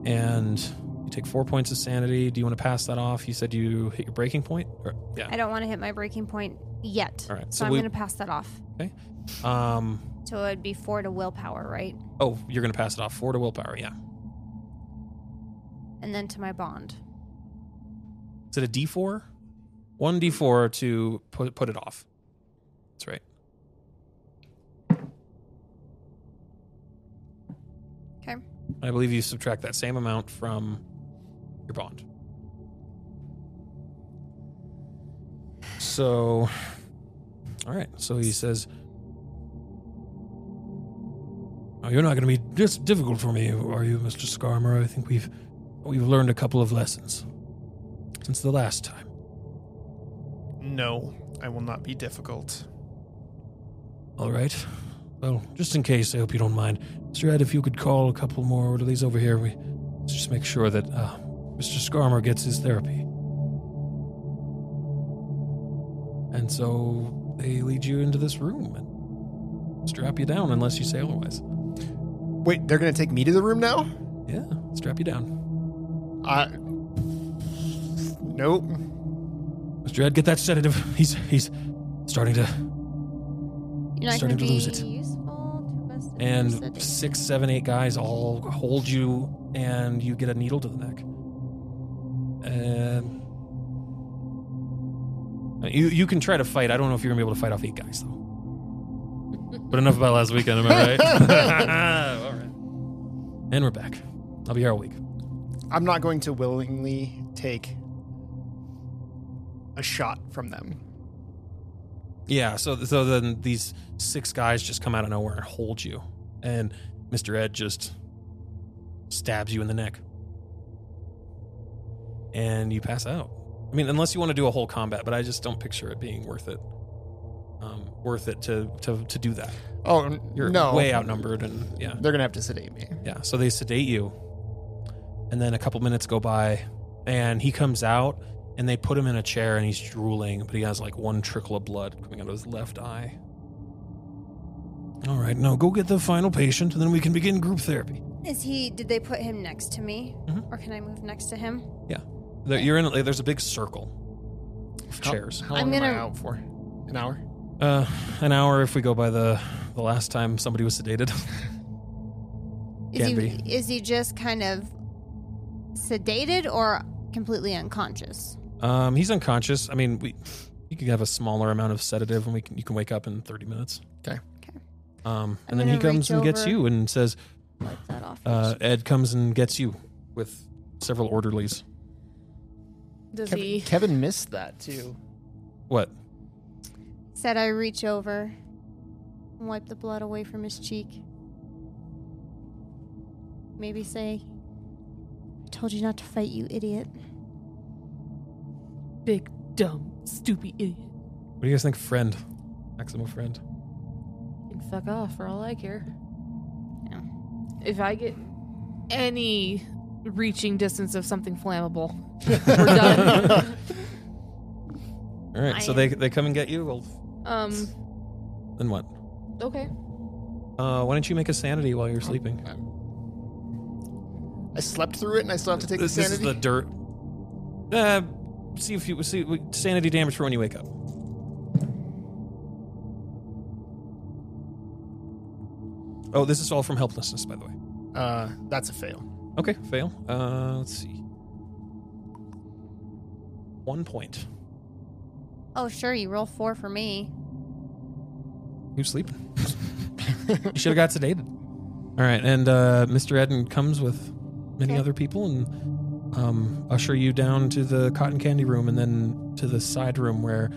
A: And you take four points of sanity. Do you want to pass that off? You said you hit your breaking point? Or- yeah.
B: I don't want to hit my breaking point yet.
A: All right.
B: So,
A: So,
B: I'm
A: we,
B: going to pass that off.
A: um,
B: So it'd be four to willpower, right?
A: oh, you're going to pass it off. Four to willpower. Yeah.
B: And then to my bond.
A: Is it a D4? One D4 to put put it off. That's right.
B: Okay.
A: I believe you subtract that same amount from your bond. So, all right. So he says, "Oh, you're not going to be this difficult for me, are you, Mister Skarmer? I think we've we've learned a couple of lessons since the last time."
C: No, I will not be difficult.
A: All right. Well, just in case, I hope you don't mind. Mr. Ed, if you could call a couple more orderlies over here, we let's just make sure that uh, Mr. Skarmer gets his therapy. And so they lead you into this room and strap you down unless you say otherwise.
C: Wait, they're gonna take me to the room now?
A: Yeah, strap you down.
C: I. Nope.
A: Mr. Ed, get that sedative. He's he's starting to
B: You're not going
A: Starting
B: to
A: to
B: be
A: lose it.
B: useful to us. if you're
A: and
B: sitting.
A: six, seven, eight guys all hold you, and you get a needle to the neck. And you you can try to fight. I don't know if you're gonna be able to fight off eight guys though. But enough about last weekend, am I right? <laughs> all right. And we're back. I'll be here all week.
C: I'm not going to willingly take a shot from them.
A: Yeah. So so then these six guys just come out of nowhere and hold you, and Mister Ed just stabs you in the neck, and you pass out. I mean, unless you want to do a whole combat, but I just don't picture it being worth it. Um, worth it to to to do that.
C: Oh n-
A: You're
C: no!
A: way outnumbered, and yeah,
C: They're gonna have to sedate me.
A: yeah. So they sedate you, and then a couple minutes go by, and he comes out, and they put him in a chair, and he's drooling, but he has like one trickle of blood coming out of his left eye. All right, now go get the final patient, and then we can begin group therapy.
B: Is he? Did they put him next to me,
A: Mhm.
B: or can I move next to him?
A: There, you're in. There's a big circle, of chairs.
C: How
B: I'm
C: long am I
B: gonna-
C: out for? An hour?
A: Uh, an hour if we go by the the last time somebody was sedated. <laughs>
B: Is
A: Can
B: he is he just kind of sedated or completely unconscious?
A: um, he's unconscious. I mean, we you could have a smaller amount of sedative, and we can, you can wake up in thirty minutes.
C: Okay.
B: Okay.
A: Um, and
B: I'm
A: then he
B: gonna reach
A: comes and gets
B: over.
A: you and says,
B: Wipe that off.
A: uh, "Ed comes and gets you with several orderlies."
D: Does
C: Kevin,
D: he?
C: Kevin missed that too.
A: What?
B: Said I reach over and wipe the blood away from his cheek. Maybe say, I told you not to fight, you idiot.
D: Big, dumb, stupid idiot.
A: What do you guys think, of friend? Maximo friend.
D: You can fuck off for all I care.
B: Yeah.
D: If I get any reaching distance of something flammable, we're done.
A: <laughs>
B: Oh,
A: All right,
B: I
A: so
B: am-
A: they they come and get you. Well,
D: um,
A: then what?
D: okay.
A: Uh, why don't you make a sanity while you're sleeping?
C: I slept through it and I still have to take
A: This,
C: the
A: this is the
C: sanity.
A: dirt. Uh, see if you see sanity damage for when you wake up. Oh, this is all from helplessness, by the way.
C: uh, that's a fail.
A: Okay, fail. Uh, let's see. One point.
B: Oh, sure, you roll four for me.
A: Who's sleeping? you should have got sedated. All right, and uh, Mr. Eden comes with many
B: Okay.
A: other people and um, usher you down to the cotton candy room and then to the side room where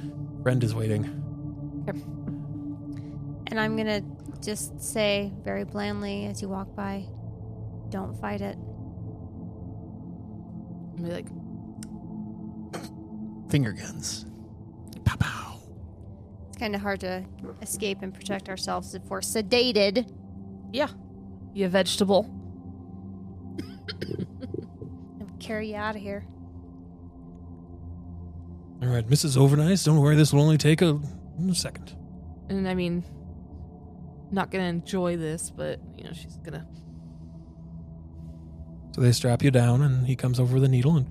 A: Friend is waiting.
B: And I'm gonna just say very blandly as you walk by, don't fight it.
D: I'll be like,
C: Finger guns. Pow pow.
B: It's kind of hard to escape and protect ourselves if we're sedated.
D: yeah, you vegetable.
B: And carry you out of here.
A: All right, Mrs. Overnice, don't worry, this will only take a, a second.
D: And I mean, not gonna enjoy this, but you know, she's gonna.
A: So they strap you down, and he comes over with a needle and.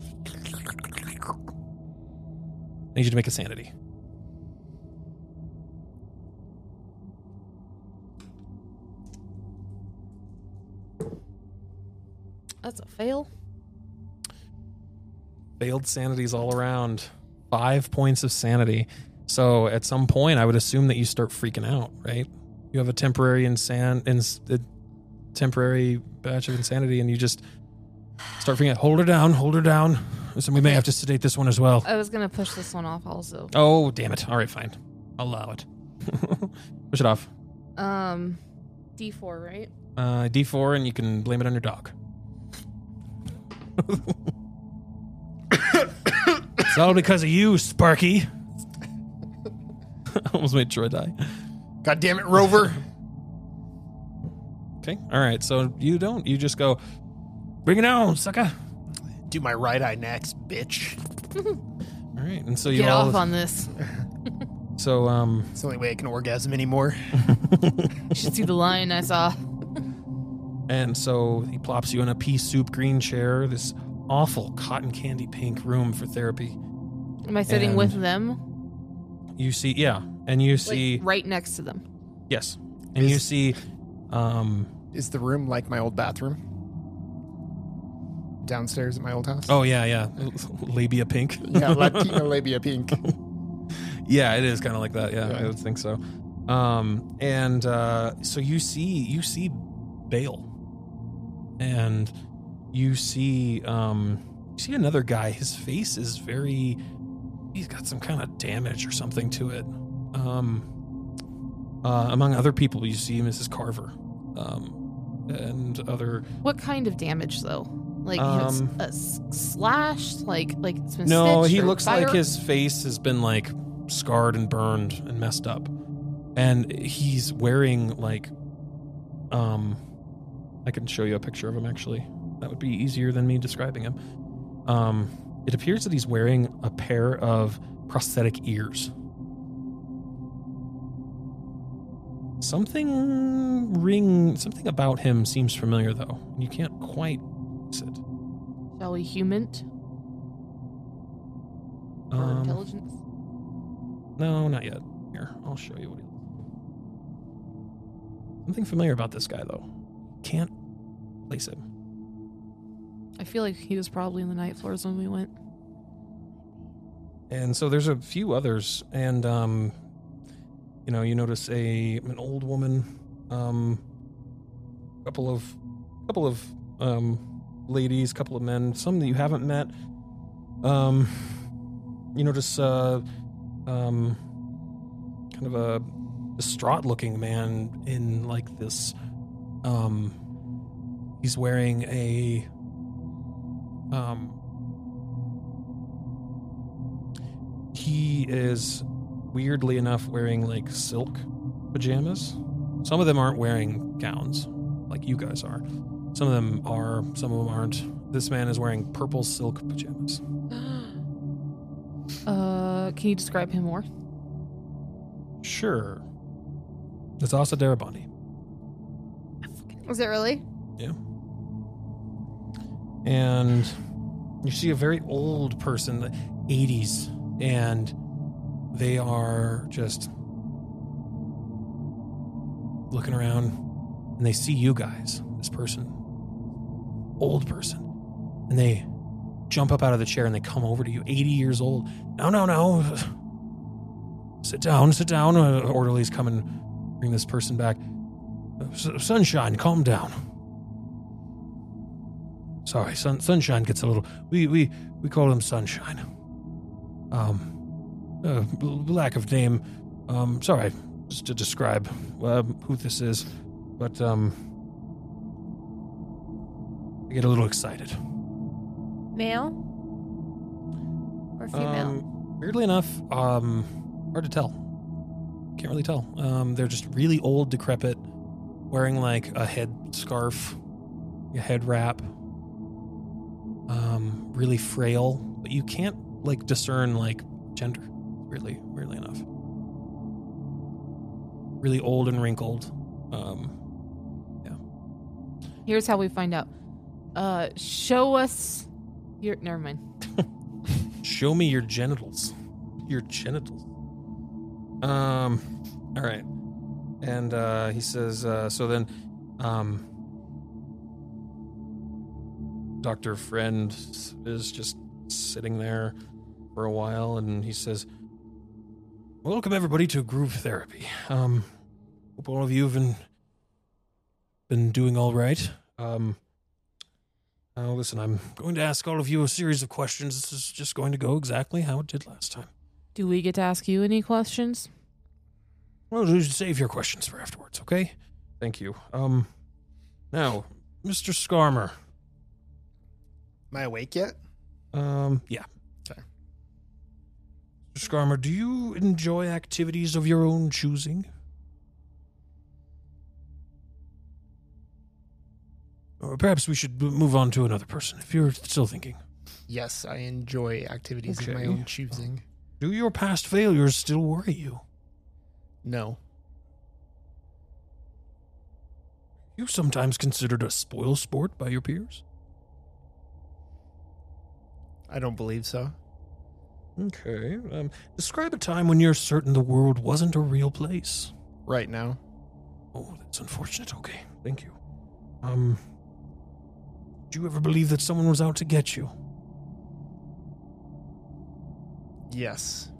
A: I need you to make a sanity.
D: That's a fail.
A: failed sanities all around. Five points of sanity. So at some point, I would assume that you start freaking out, right? You have a temporary insan ins- a temporary batch of insanity, and you just start freaking out. Hold her down, hold her down. Listen, we may have to sedate this one as well.
D: I was gonna push this one off also.
A: Oh, damn it! All right, fine. I'll allow it. <laughs> Push it off.
D: Um, D four, right?
A: Uh, D4, and you can blame it on your dog. it's all because of you, Sparky. <laughs> I almost made Troy die.
C: God damn it, <laughs> Rover.
A: Okay. All right. So you don't. You just go, bring it on, sucker.
C: Do my right eye next, bitch.
A: All right. And so you
D: Get
A: all.
D: off on this.
A: so, um,
C: It's the only way I can orgasm anymore.
D: You should see the lion I saw.
A: and so he plops you in a pea soup green chair, this awful cotton candy pink room for therapy.
D: Am I sitting
A: And-
D: with them?
A: You see, yeah. And you see,
D: Like, right next to them.
A: yes. And you see, um,
C: Is the room like my old bathroom? Downstairs at my old house?
A: Oh yeah, yeah. Labia pink.
C: <laughs> Yeah, Latino labia pink.
A: Yeah, it is kind of like that. Yeah,
C: Yeah.
A: I would think so. Um, and uh, so you see, you see Bale, and you see, um, you see another guy. His face is very. He's got some kind of damage or something to it. Um, uh, among other people, you see Mrs. Carver, um, and other
D: What kind of damage though? Like
A: Um,
D: it's a s- slash? Like like it's been
A: No,
D: stitched
A: he
D: or
A: looks like
D: fire-
A: his face has been like scarred and burned and messed up. And he's wearing like um I can show you a picture of him actually. That would be easier than me describing him. Um it appears that he's wearing a pair of prosthetic ears. Something ring something about him seems familiar though. You can't quite place it.
D: Shall we human? Or
A: Um,
D: intelligence?
A: No, not yet. Here, I'll show you what he looks like. Something familiar about this guy, though. Can't place him.
D: I feel like he was probably in the night floors when we went.
A: And so there's a few others, and um, you know, you notice a an old woman, um, couple of couple of um, ladies, couple of men, some that you haven't met. Um, you notice uh, um, kind of a distraught-looking man in like this. Um, he's wearing a um, he is weirdly enough wearing like silk pajamas. Some of them aren't wearing gowns like you guys are. Some of them are, some of them aren't. This man is wearing purple silk pajamas.
D: <gasps> Uh, can you describe him more?
A: Sure. It's Asa Darabandi.
B: Was it really?
A: and you see a very old person, the 80s, and they are just looking around and they see you guys, this person, old person, and they jump up out of the chair and they come over to you, 80 years old. No, no, no. Sit down, sit down. Uh, orderlies come and bring this person back. "Uh, S- Sunshine, calm down. Sorry, sun, sunshine gets a little. We we we call him sunshine. Um, uh, l- lack of name. Um, sorry, just to describe uh, who this is, but um, I get a little excited.
B: Male or female?
A: Um, weirdly enough, um, hard to tell. Can't really tell. Um, they're just really old, decrepit, wearing like a head scarf, a head wrap. Um, really frail, but you can't like discern like gender. Really, weirdly enough. Really old and wrinkled. Um,
D: Here's how we find out. Uh, show us your. Never mind.
A: Show me your genitals. Your genitals. Um, all right. And uh, he says, uh, so then, um, Dr. Friend is just sitting there for a while and he says, Welcome everybody to group therapy. Um, hope all of you have been, been doing all right. Um, now, Uh, listen, I'm going to ask all of you a series of questions. This is just going to go exactly how it did last time.
D: Do we get to ask you any questions?
A: Well, you should save your questions for afterwards, okay? Thank you. Um, now, Mr. Skarmer.
C: Am I awake yet?
A: Um, yeah.
C: Okay.
A: Mr. Skarmer, do you enjoy activities of your own choosing? Or perhaps we should m- move on to another person if you're still thinking.
C: Yes, I enjoy activities of my
A: Okay.
C: own choosing.
A: Do your past failures still worry you?
C: No.
A: You sometimes considered a spoil sport by your peers?
C: I don't believe so.
A: Okay. Um, describe a time when you're certain the world wasn't a real place.
C: Right now.
A: Oh, that's unfortunate. Okay, thank you. Um, did you ever believe that someone was out to get you?
C: Yes.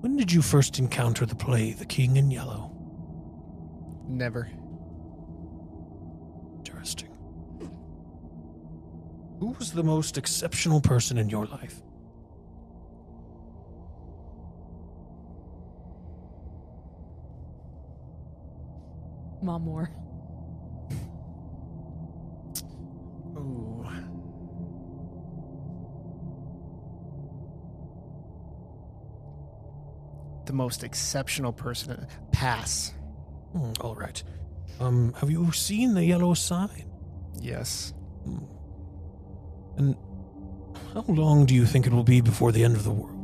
A: When did you first encounter the play The King in Yellow?
C: Never.
A: Interesting. Who was the most exceptional person in your life?
D: Mom Moore.
C: Ooh. The most exceptional person. Pass.
A: Hmm, all right. Um, have you seen the yellow sign?
C: Yes.
A: Hmm. And how long do you think it will be before the end of the world?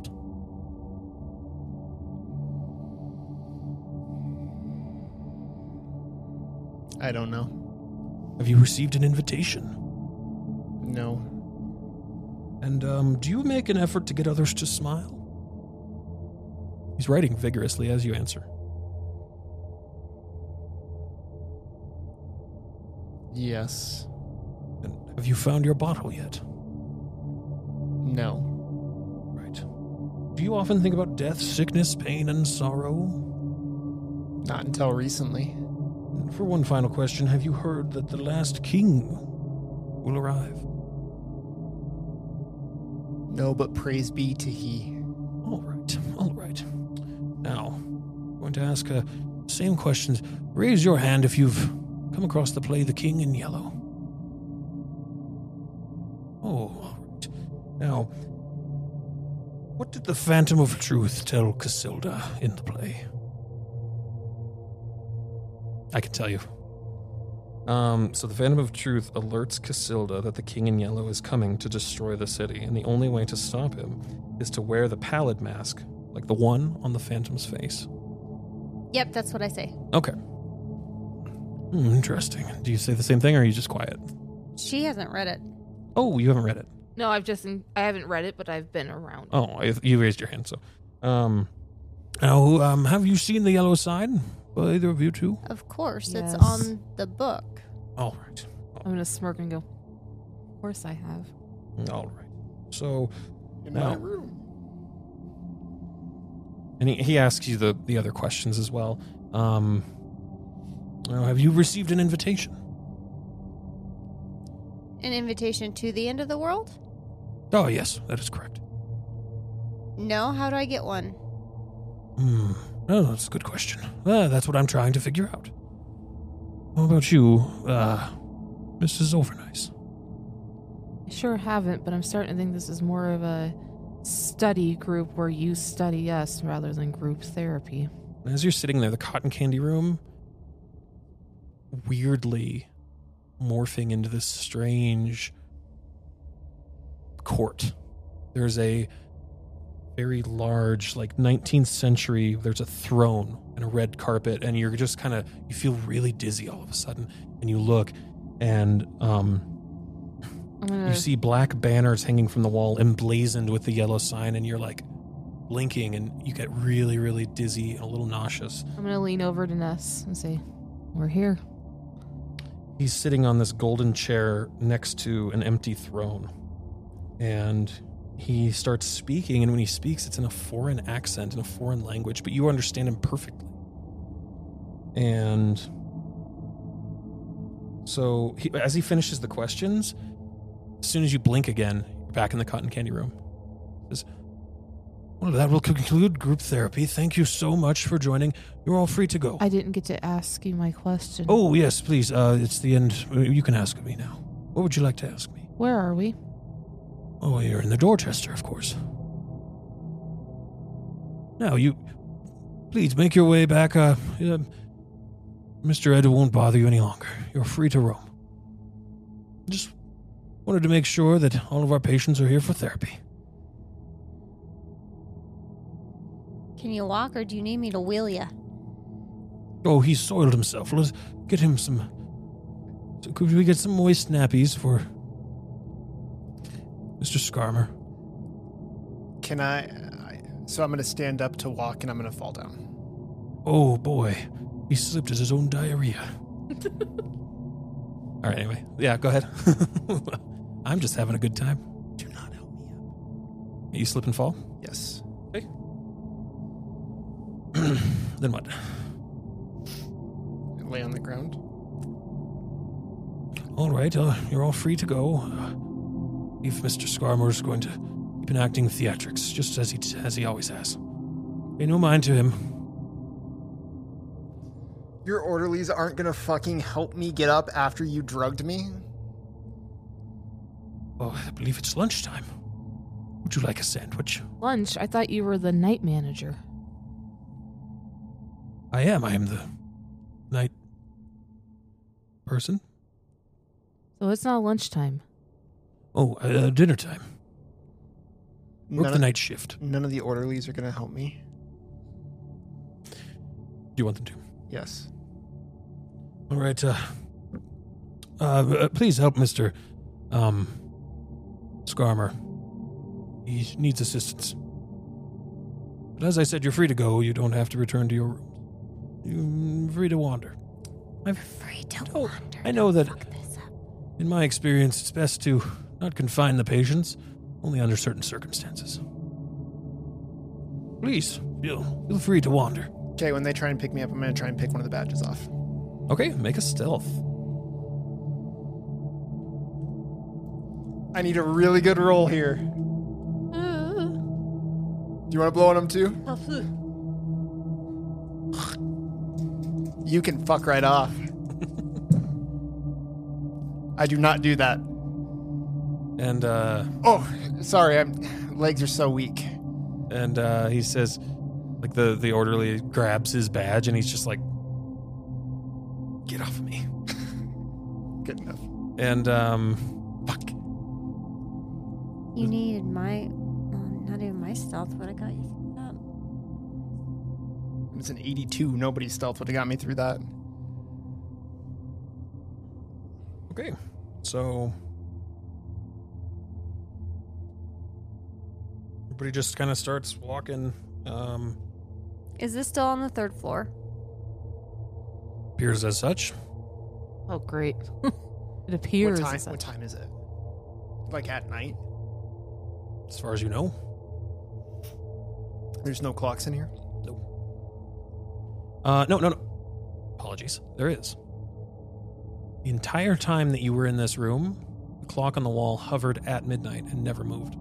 C: I don't know.
A: Have you received an invitation?
C: No.
A: And um, do you make an effort to get others to smile? He's writing vigorously as you answer.
C: Yes.
A: And have you found your bottle yet?
C: No.
A: Right. Do you often think about death, sickness, pain, and sorrow?
C: Not until recently.
A: And for one final question, have you heard that the last king will arrive?
C: No, but praise be to He.
A: All right, all right. Now, I'm going to ask uh, same questions. Raise your hand if you've come across the play The King in Yellow. Oh, all right. Now, what did the Phantom of Truth tell Casilda in the play? I can tell you. Um, so the Phantom of Truth alerts Casilda that the King in Yellow is coming to destroy the city, and the only way to stop him is to wear the pallid mask, like the one on the Phantom's face.
B: Yep, that's what I say.
A: Okay. Hmm, interesting. Do you say the same thing, or are you just quiet?
B: She hasn't read it.
A: Oh, you haven't read it.
D: No, I've just I haven't read it, but I've been around.
A: Oh, I, you raised your hand. So, um, now, um, have you seen the yellow side? Well, either of you two?
B: Of course,
D: Yes.
B: it's on the book.
A: All right.
D: I'm gonna smirk and go. Of course I have.
A: All right. So,
C: In
A: No.
C: my room.
A: and he, he asks you the, the other questions as well. Um, now, have you received an invitation?
B: An invitation to the end of the world?
A: Oh, yes, that is correct.
B: No, how do I get one?
A: Hmm. Oh, that's a good question. Uh, that's what I'm trying to figure out. How about you, uh, Mrs. Overnice?
D: I sure haven't, but I'm starting to think this is more of a study group where you study us rather than group therapy.
A: As you're sitting there, the cotton candy room weirdly morphing into this strange court. There's a very large, like 19th century, there's a throne and a red carpet, and you're just kind of, you feel really dizzy all of a sudden, and you look, and, um,
D: I'm gonna.
A: you see black banners hanging from the wall, emblazoned with the yellow sign, and you're like blinking, and you get really, really dizzy and a little nauseous.
D: I'm gonna lean over to Ness and say, "We're here."
A: He's sitting on this golden chair next to an empty throne, and he starts speaking. And when he speaks, it's in a foreign accent, in a foreign language, but you understand him perfectly. And so, he, as he finishes the questions, as soon as you blink again, you're back in the cotton candy room. He says, "Well, that will conclude group therapy. Thank you so much for joining. You're all free to go."
D: I didn't get to ask you my question.
A: Oh, yes, please. Uh, it's the end. You can ask me now. What would you like to ask me?
D: Where are we?
A: Oh, you're in the Dorchester, of course. Now, you. Please make your way back. Uh, uh, Mr. Ed won't bother you any longer. You're free to roam. Just wanted to make sure that all of our patients are here for therapy.
B: Can you walk or do you need me to wheel you?
A: Oh, he soiled himself. Let's get him some. so Could we get some moist nappies for Mr. Skarmer?
C: Can I, I? So I'm gonna stand up to walk, and I'm gonna fall down.
A: Oh boy, he slipped at his own <laughs> diarrhea. All right, anyway, yeah, go ahead. <laughs> I'm just having a good time. Do not help me up. You slip and fall? <clears throat>
C: Yes.
A: Then what?
C: I lay on the ground.
A: All right, uh, you're all free to go. Uh, if Mr. Skarmer's going to keep enacting theatrics, just as he as he always has. Pay no mind to him.
C: Your orderlies aren't gonna fucking help me get up after you drugged me.
A: Oh, I believe it's lunchtime. Would you like a sandwich?
D: Lunch. I thought you were the night manager.
A: I am. I am the night person.
D: So it's not lunchtime.
A: Oh, uh, dinner time. Work
C: None
A: the
C: of,
A: night shift.
C: none of the orderlies are gonna help me.
A: Do you want them to?
C: Yes.
A: All right. Uh, uh, uh, please help Mister um, Skarmer. He needs assistance. But as I said, you're free to go. You don't have to return to your rooms. You're free to wander.
B: Free to
A: No,
B: wander.
A: I know that-
B: Fuck this up.
A: In my experience, it's best to not confine the patients, only under certain circumstances. Please, feel, feel free to wander.
C: Okay, when they try and pick me up, I'm going to try and pick one of the badges off.
A: Okay, make a stealth.
C: I need a really good roll here. Do you want to blow on them too? You can fuck right off. I do not do that.
A: And, uh,
C: Oh, sorry. I'm legs are so weak.
A: and, uh, he says, like, the, the orderly grabs his badge and he's just like, get off of me.
C: <laughs> Good enough.
A: And, um, fuck.
B: You needed my, um, not even my stealth. Would have got you Um, through that.
C: It's an 82. Nobody's stealth would have got me through that.
A: Okay, so everybody just kind of starts walking. Um,
B: Is this still on the third floor?
A: appears as such.
D: Oh, great. <laughs> it appears.
C: what time?
D: as
C: What
D: such.
C: time is it? Like at night?
A: As far as you know,
C: There's no clocks in here.
A: uh, no, no, no. Apologies. There is. The entire time that you were in this room, the clock on the wall hovered at midnight and never moved.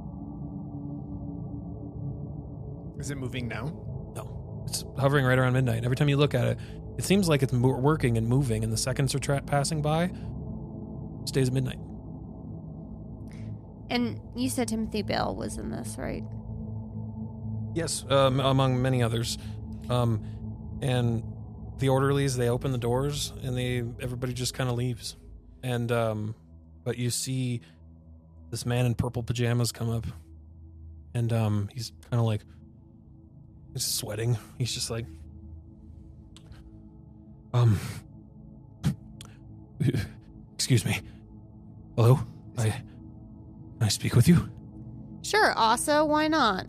C: Is it moving now?
A: No, it's hovering right around midnight. Every time you look at it, it seems like it's mo- working and moving, and the seconds are tra- passing by. Stays at midnight.
B: And you said Timothy Bale was in this, right?
A: Yes, um, among many others. Um, and the orderlies they open the doors and they everybody just kind of leaves. And um, but you see this man in purple pajamas come up, and um, he's kind of like he's sweating. He's just like, um, <laughs> excuse me, hello, I can I speak with you?
B: Sure. Also, why not?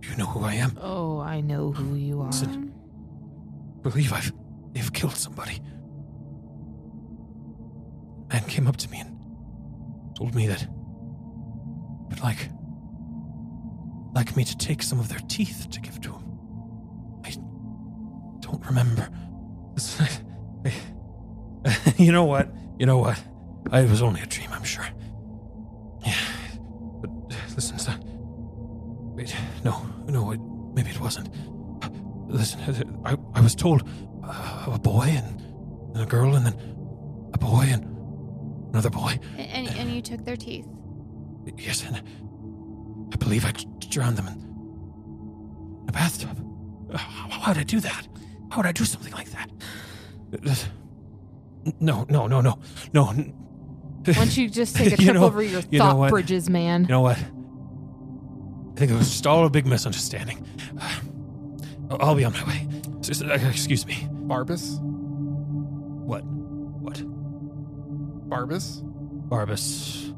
A: Do you know who I am?
D: Oh, I know who
B: <laughs>
D: you are.
A: Listen. believe I've they've killed somebody. Man came up to me and told me that would like like me to take some of their teeth to give to him. I don't remember. <laughs> This- I- I- you know what? You know what? I, it was only a dream, I'm sure. Yeah. But uh, listen, son. Wait, no, no, it, maybe it wasn't. Listen, I, I was told uh, a boy and, and a girl and then a boy and another boy.
B: And, and, and you took their teeth.
A: Yes, and I believe I d- drowned them in a bathtub. Uh, How how would I do that? How would I do something like that? Uh, No, no, no, no, no. n- <laughs>
D: Once you just take a
A: You
D: trip
A: know-
D: over your
A: you know
D: thought
A: what?
D: bridges, man.
A: You know what? I think it was just all a big misunderstanding. I'll- I'll be on my way. S- s- uh, Excuse me.
C: Barbus?
A: What? What?
C: Barbus?
A: Barbus.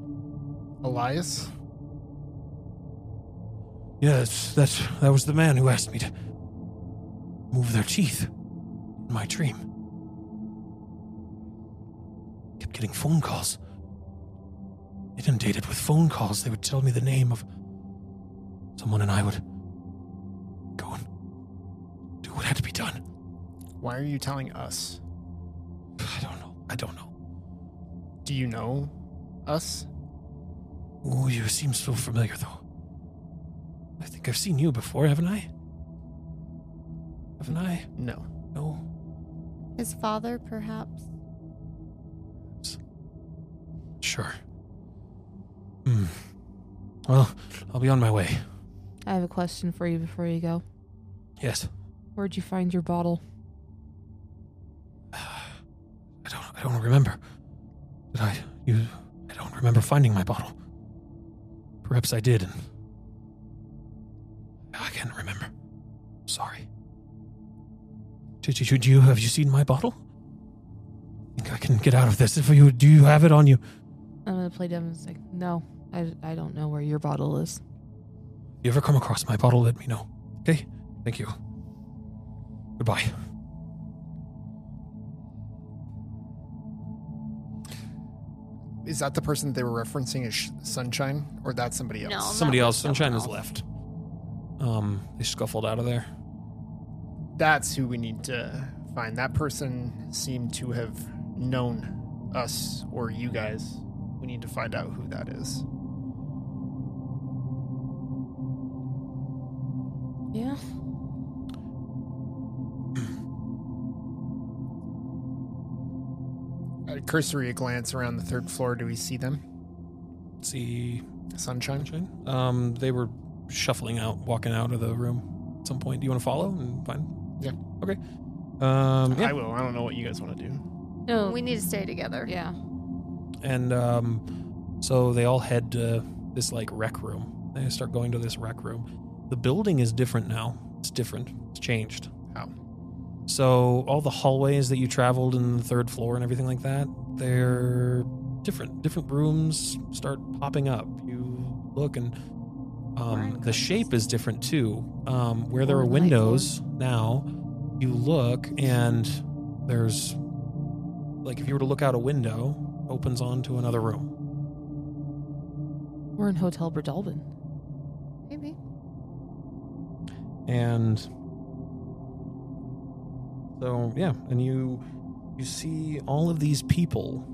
C: Elias?
A: Yes, that's that was the man who asked me to move their teeth in my dream. Kept getting phone calls. Inundated with phone calls, they would tell me the name of someone, and I would go and do what had to be done.
C: Why are you telling us?
A: I don't know. I don't know.
C: Do you know us?
A: Ooh, you seem so familiar, though. I think I've seen you before, haven't I? Haven't I?
C: No.
A: No.
B: His father, perhaps.
A: Sure. Hmm. Well, I'll be on my way.
D: I have a question for you before you go.
A: Yes.
D: Where'd you find your bottle?
A: I don't. I don't remember. Did I? You? I don't remember finding my bottle. Perhaps I did. And I can't remember. Sorry. Did you? Do you? Have you seen my bottle? I think I can get out of this. If you do, you have it on you.
D: I'm gonna play devil's like, no, I, I don't know where your bottle is.
A: you ever come across my bottle, let me know. Okay? Thank you. Goodbye.
C: Is that the person that they were referencing as Sh- Sunshine, or that's somebody
B: No.
C: else?
A: Somebody
B: that
A: else.
B: was someone
A: Sunshine has
B: else.
A: left. Um, they scuffled out of there.
C: That's who we need to find. That person seemed to have known us or you guys. We need to find out who that is.
D: Yeah.
C: At a cursory glance around the third floor, do we see them?
A: Let's see,
C: Sunshine?
A: Sunshine. Um, they were shuffling out, walking out of the room at some point. Do you want to follow and find?
C: Yeah.
A: Okay. Um, yeah.
C: I will. I don't know what you guys want to do.
A: Oh.
D: No.
B: We need to stay together.
D: yeah.
A: and um, so they all head to this like rec room. They start going to this rec room. The building is different now. It's different. It's changed.
C: How?
A: So all the hallways that you traveled in the third floor and everything like that, they're different. Different rooms start popping up. You look and um, the shape is different too. Um, where there
D: Or
A: are
D: the night
A: windows now, you look and there's like if you were to look out a window, opens onto another room.
D: We're in Hotel Bredalbin.
B: Maybe.
A: And so yeah, and you you see all of these people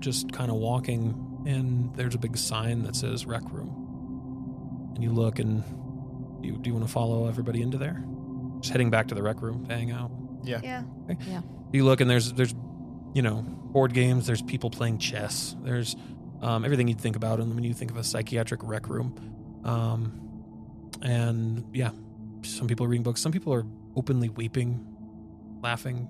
A: just kind of walking and there's a big sign that says rec room. And you look and you do you want to follow everybody into there? Just heading back to the rec room to hang out.
C: Yeah.
B: Yeah.
A: you look and there's there's you know board games there's people playing chess there's um, everything you'd think about and when you think of a psychiatric rec room um, and yeah some people are reading books some people are openly weeping laughing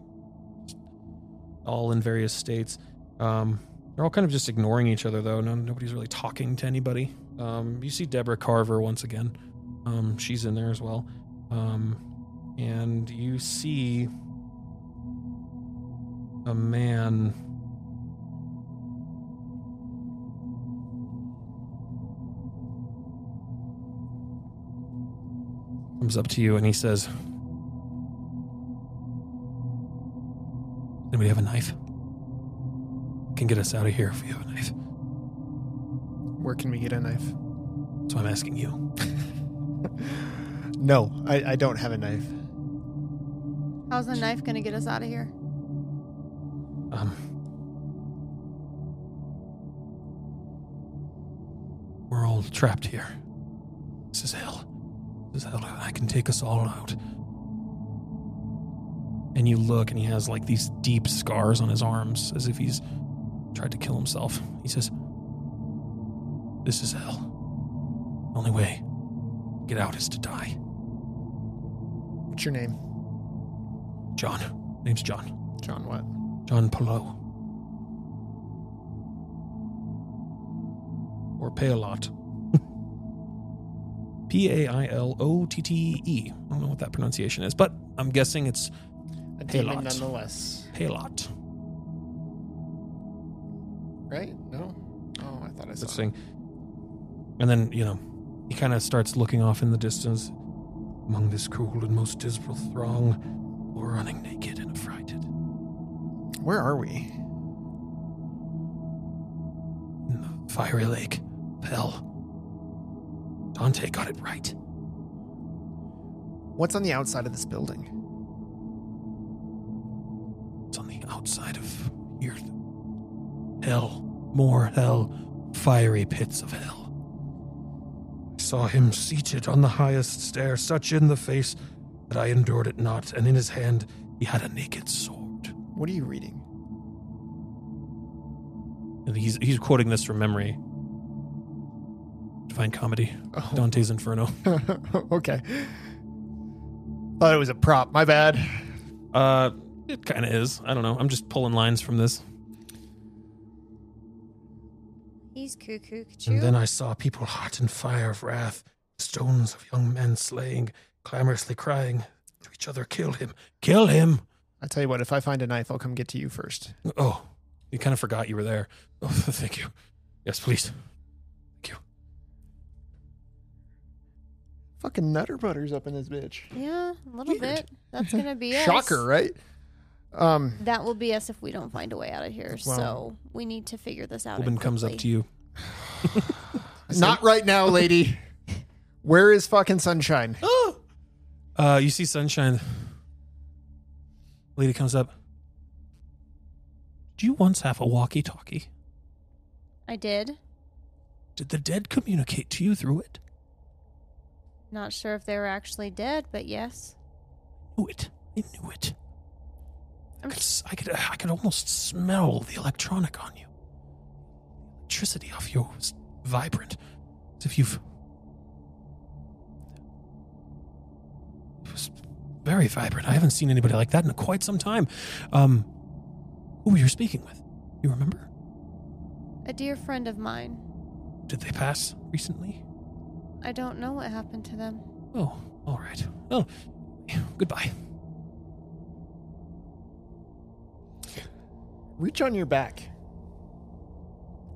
A: all in various states um, they're all kind of just ignoring each other though no, nobody's really talking to anybody um, you see deborah carver once again um, she's in there as well um, and you see a man. Comes up to you and he says, Anybody have a knife? I can get us out of here if we have a knife.
C: Where can we get a knife?
A: That's why I'm asking you.
C: No, I, I don't have a knife.
B: How's the knife gonna get us out of here?
A: Um, we're all trapped here. This is hell. This is hell. I can take us all out. And you look, and he has like these deep scars on his arms as if he's tried to kill himself. He says, This is hell. Only way to get out is to die.
C: What's your name?
A: John. Name's John.
C: John what?
A: John Palo. Or Pailot. <laughs> P A I L O T T E. I don't know what that pronunciation is, but I'm guessing it's
C: A demon
A: lot.
C: nonetheless.
A: Pailot.
C: Right? No? Oh, I thought I saw
A: This thing. And then, you know, he kind of starts looking off in the distance. Among this cruel and most dismal throng, we're running naked and affrighted.
C: Where are we?
A: in the fiery lake. Hell. Dante got it right.
C: What's on the outside of this building?
A: It's on the outside of here. Hell. More hell. Fiery pits of hell. I saw him seated on the highest stair, such in the face that I endured it not, and in his hand he had a naked sword.
C: What are you reading? <laughs>
A: And he's, he's quoting this from memory. Divine Comedy,
C: Oh,
A: Dante's Inferno.
C: okay. Thought it was a prop. My bad.
A: Uh, it kind of is. I don't know. I'm just pulling lines from this.
B: He's cuckoo.
A: And then I saw people hot in fire of wrath, stones of young men slaying, clamorously crying to each other, Kill him! Kill him!
C: I tell you what, if I find a knife, I'll come get to you first.
A: Oh, you kind of forgot you were there. <laughs> Oh, thank you. Yes, please. Thank you.
C: Fucking Nutter Butters up in this bitch.
B: Yeah, a little
C: Weird.
B: bit. That's
A: <laughs>
B: gonna be us.
C: Shocker, right? Um,
B: That will be us if we don't find a way out of here.
C: Well-
B: so we need to figure this out.
A: Woman comes up to you.
C: not right now, <laughs> lady. Where is fucking sunshine?
A: Uh, you see sunshine. Lady comes up. Do you once have a walkie-talkie?
B: I did.
A: Did the dead communicate to you through it?
B: Not sure if they were actually dead, but yes.
A: knew it. I knew it. I
B: I'm
A: could, s- I could, I could almost smell the electronic on you. Electricity off you was vibrant, as if you've. It was very vibrant. I haven't seen anybody like that in quite some time. Um, who were you speaking with? You remember?
B: A dear friend of mine.
A: Did they pass recently?
B: I don't know what happened to them.
A: Oh, all right. Oh, goodbye.
C: Reach on your back.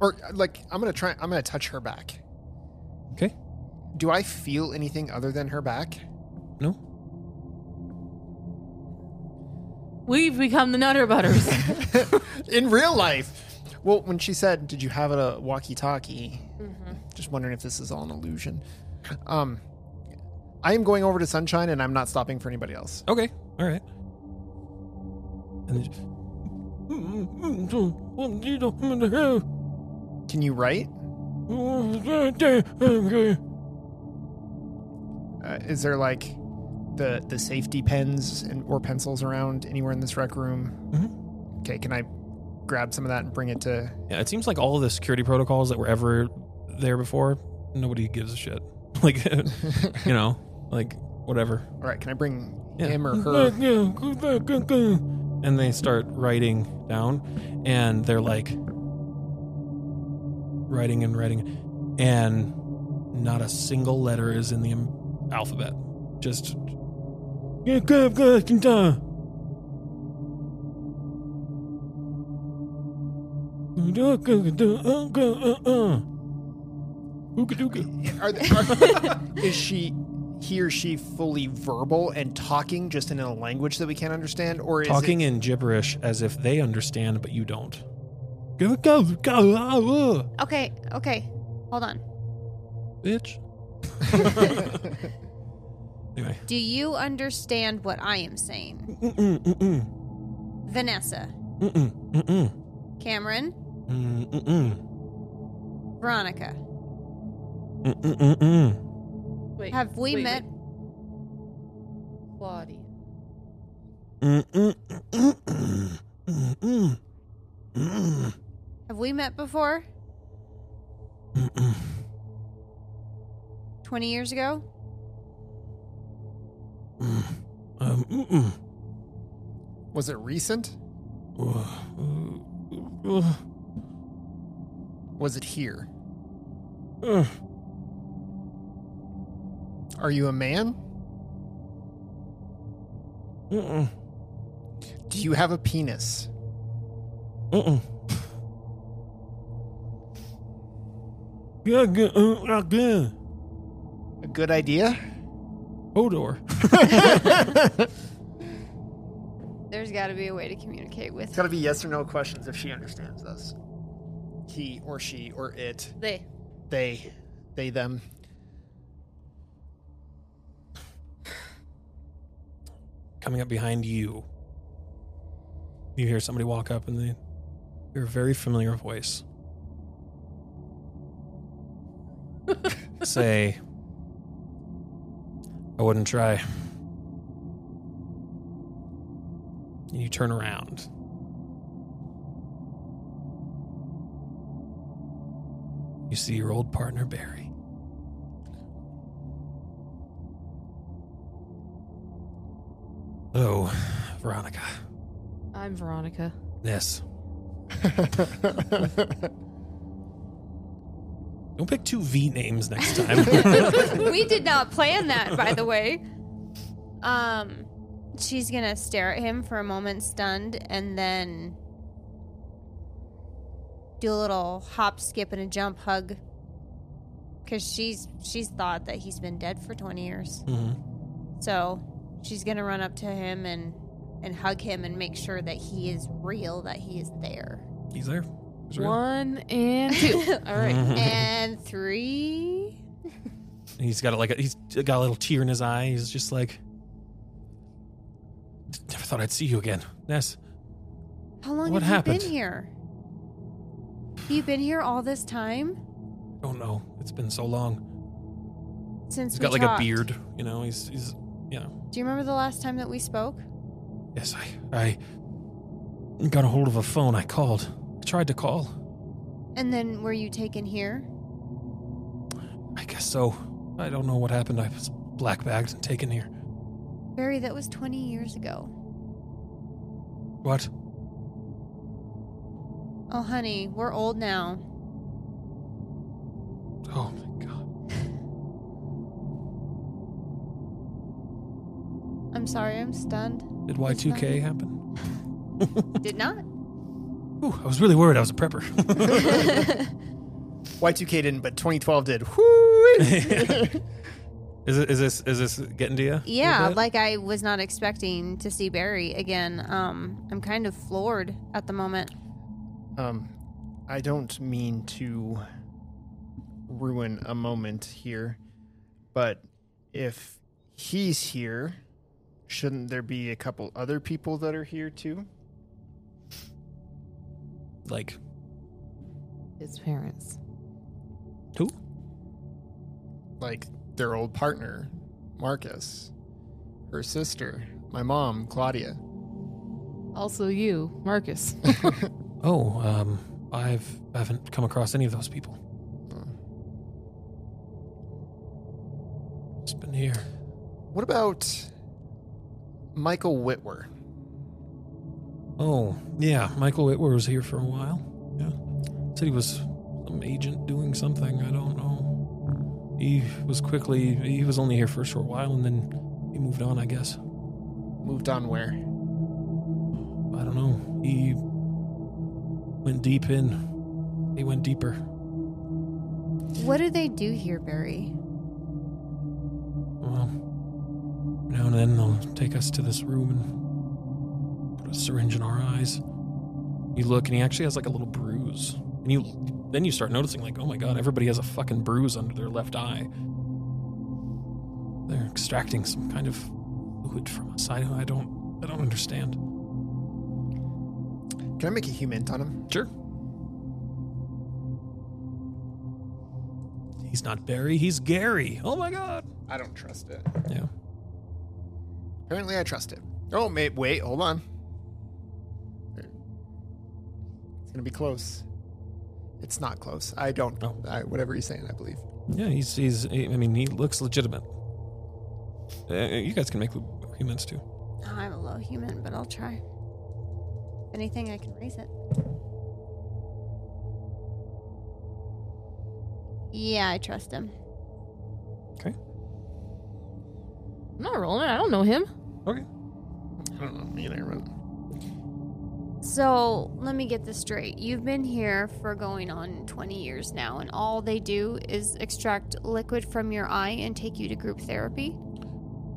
C: Or like, I'm gonna try. I'm gonna touch her back.
A: Okay.
C: Do I feel anything other than her back? <laughs>
A: No.
D: We've become the Nutter
C: <laughs>
D: Butters.
C: In real life. Well, when she said, "Did you have a walkie-talkie?" Just wondering if this is all an illusion. Um, I am going over to Sunshine, and I'm not stopping for anybody else.
A: Okay. All right. And it-
C: Can you write? Uh, is there like the the safety pens and or pencils around anywhere in this rec room? Okay, can I grab some of that and bring it to?
A: yeah, it seems like all of the security protocols that were ever there before, nobody gives a shit. Like, you know, like whatever.
C: All right, can I bring
A: Yeah.
C: him or
A: <laughs>
C: her?
A: And they start writing down, and they're like writing and writing, and not a single letter is in the im- alphabet. Just.
C: Are, are, is she he or she fully verbal and talking just in a language that we can't understand, or is it-
A: talking <laughs> in gibberish as if they understand but you don't. Bitch.
B: Okay, okay. Hold on.
A: anyway.
B: Do you understand what I am saying?
A: Mm-mm, mm-mm,
B: Vanessa,
A: mm-mm, mm-mm,
B: Cameron,
A: mm, mm-mm,
B: Veronica,
A: mm-mm, mm-mm.
E: Wait,
B: have we
E: wait,
B: met?
E: wait. Claudia?
A: Mm-mm, mm-mm, mm-mm, mm-mm,
B: Have we met before?
A: mm-mm.
B: 20 years ago?
A: Um, mm-mm.
C: <laughs> was it recent?
A: Uh, uh,
C: Was it here?
A: uh,
C: Are you a man?
A: mm-mm,
C: Do you have a penis?
A: mm-mm. Yeah, good, uh, uh, good.
C: A good idea.
A: Hodor.
B: There's got to be a way to communicate with
C: It's got to be yes or no questions if she understands us. He or she or it,
E: They.
C: they, they, them. <laughs>
A: coming up behind you. You hear somebody walk up and they hear a very familiar voice. Say, I wouldn't try. And you turn around. You see your old partner, Barry. Hello, Veronica.
D: I'm Veronica.
A: Yes. Don't pick two V names next time.
B: <laughs> we did not plan that, by the way. Um, she's gonna stare at him for a moment, stunned, and then do a little hop, skip, and a jump hug because she's she's thought that he's been dead for 20 years.
A: hmm
B: So she's gonna run up to him and and hug him and make sure that he is real, that he is there.
A: He's there. He's real.
D: One and
C: <laughs>
B: <laughs>
D: two. All
A: <laughs>
D: right.
B: and three.
A: And he's got a, like a, he's got a little tear in his eye. He's just like, never thought I'd see you again, Ness.
B: How long
A: What
B: have
A: happened?
B: you been here? You've been here all this time
A: Don't know. Oh, It's been so long.
B: since
A: He's
B: we
A: got like
B: talked.
A: a beard. You know. He's he's
B: Do you remember the last time that we spoke?
A: yes. I I got a hold of a phone. I called. I tried to call.
B: And then were you taken here?
A: I guess so. I don't know what happened. I was black bagged and taken here.
B: Barry, that was 20 years ago.
A: What?
B: Oh, honey, we're old now.
A: Oh my god.
B: I'm sorry, I'm stunned.
A: Did Y two K happen? <laughs>
B: Did not.
A: Ooh, I was really worried. I was a prepper.
C: Y2K didn't, but 2012 did. Whoo!
A: <laughs> is it is this is this getting to you? a
B: Yeah,
A: little bit?
B: like I was not expecting to see Barry again. Um, I'm kind of floored at the moment.
C: Um, I don't mean to ruin a moment here, but if he's here, shouldn't there be a couple other people that are here too?
A: like
E: His parents.
A: who?
C: Like their old partner, Marcus, her sister, my mom, <laughs> Claudia.
E: Also, you, Marcus.
A: Oh, um, I've I haven't come across any of those people. It's been here.
C: What about Michael Whitwer?
A: Oh, yeah, Michael Whitwer was here for a while. Yeah, said he was some agent doing something. I don't know. He was quickly. He was only here for a short while, and then he moved on. I guess.
C: Moved on where?
A: I don't know. He went deep in. He went deeper.
B: What do they do here, Barry?
A: Well, now and then they'll take us to this room and put a syringe in our eyes. You look, and he actually has like a little bruise. And you, then you start noticing, like, oh my god, everybody has a fucking bruise under their left eye. They're extracting some kind of fluid from us. I, I don't, I don't understand.
C: Can I make a human on him?
A: Sure. He's not Barry. He's Gary. Oh my god.
C: I don't trust it.
A: Yeah.
C: Apparently, I trust it. Oh, ma- wait, hold on. It's gonna be close. It's not close. I don't.
A: Oh.
C: I, whatever he's saying, I believe.
A: Yeah, he's, he's I mean, he looks legitimate. Uh, you guys can make humans too.
B: Oh, I'm a low human, but I'll try. If anything, I can raise it. Yeah, I trust him.
D: I'm not rolling. I don't know him.
A: Okay.
C: I don't know either. But
B: So let me get this straight. You've been here for going on 20 years now, and all they do is extract liquid from your eye and take you to group therapy.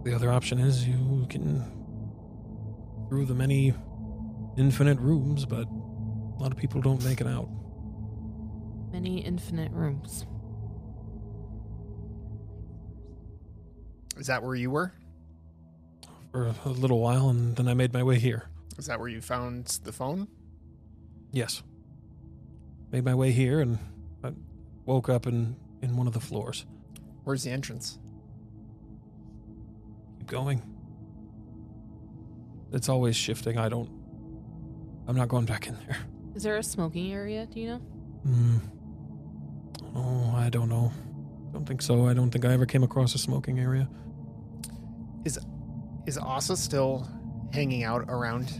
A: The other option is you can through the many infinite rooms, but a lot of people don't make it out.
D: Many infinite rooms.
C: is that where you were?
A: For a little while, and then I made my way here.
C: Is that where you found the phone?
A: Yes. Made my way here, and I woke up in, in one of the floors.
C: Where's the entrance?
A: Keep going. It's always shifting. I don't. I'm not going back in there.
D: Is there a smoking area? Do you know?
A: Hmm. Oh, I don't know. Don't think so. I don't think I ever came across a smoking area.
C: Is Asa still hanging out around?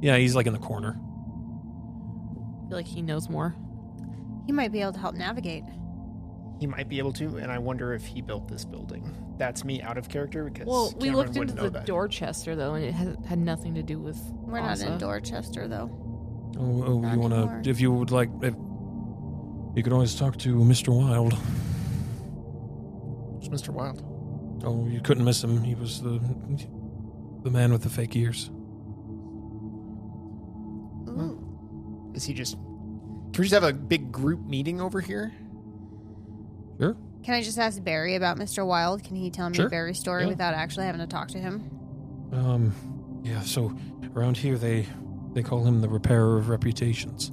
A: Yeah, he's like in the corner.
D: I feel like he knows more.
B: He might be able to help navigate.
C: He might be able to, and I wonder if he built this building. That's me out of character because
D: Well, we
C: Cameron
D: looked
C: would
D: into
C: know
D: the
C: that.
D: Dorchester though, and it had, had nothing to do with.
B: We're not in
D: Asa.
B: Dorchester, though.
A: Oh, oh
B: Not
A: you
B: anymore.
A: wanna? If you would like, if you could always talk to Mr. Wild.
C: Mr. Wild?
A: Oh, you couldn't miss him. He was the the man with the fake ears. Hmm.
B: Ooh.
C: Is he just? Can we just have a big group meeting over here?
A: Sure.
B: Can I just ask Barry about Mr. Wild? Can he tell me
A: Sure.
B: Barry's story
A: Yeah.
B: without actually having to talk to him?
A: Um, yeah. So around here they they call him the repairer of reputations.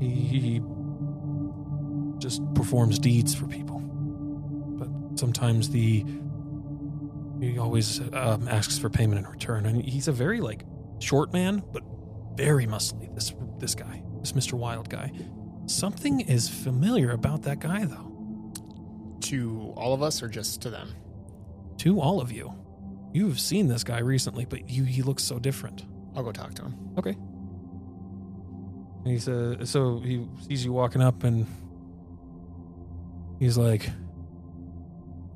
A: He, he just performs deeds for people, but sometimes the he always um, asks for payment in return, and he's a very like short man, but very muscly. This this guy, this Mister Wild guy. Something is familiar about that guy, though.
C: To all of us or just to them?
A: To all of you, you've seen this guy recently, but you he looks so different.
C: I'll go talk to him.
A: Okay. And he says, so he sees you walking up and he's like,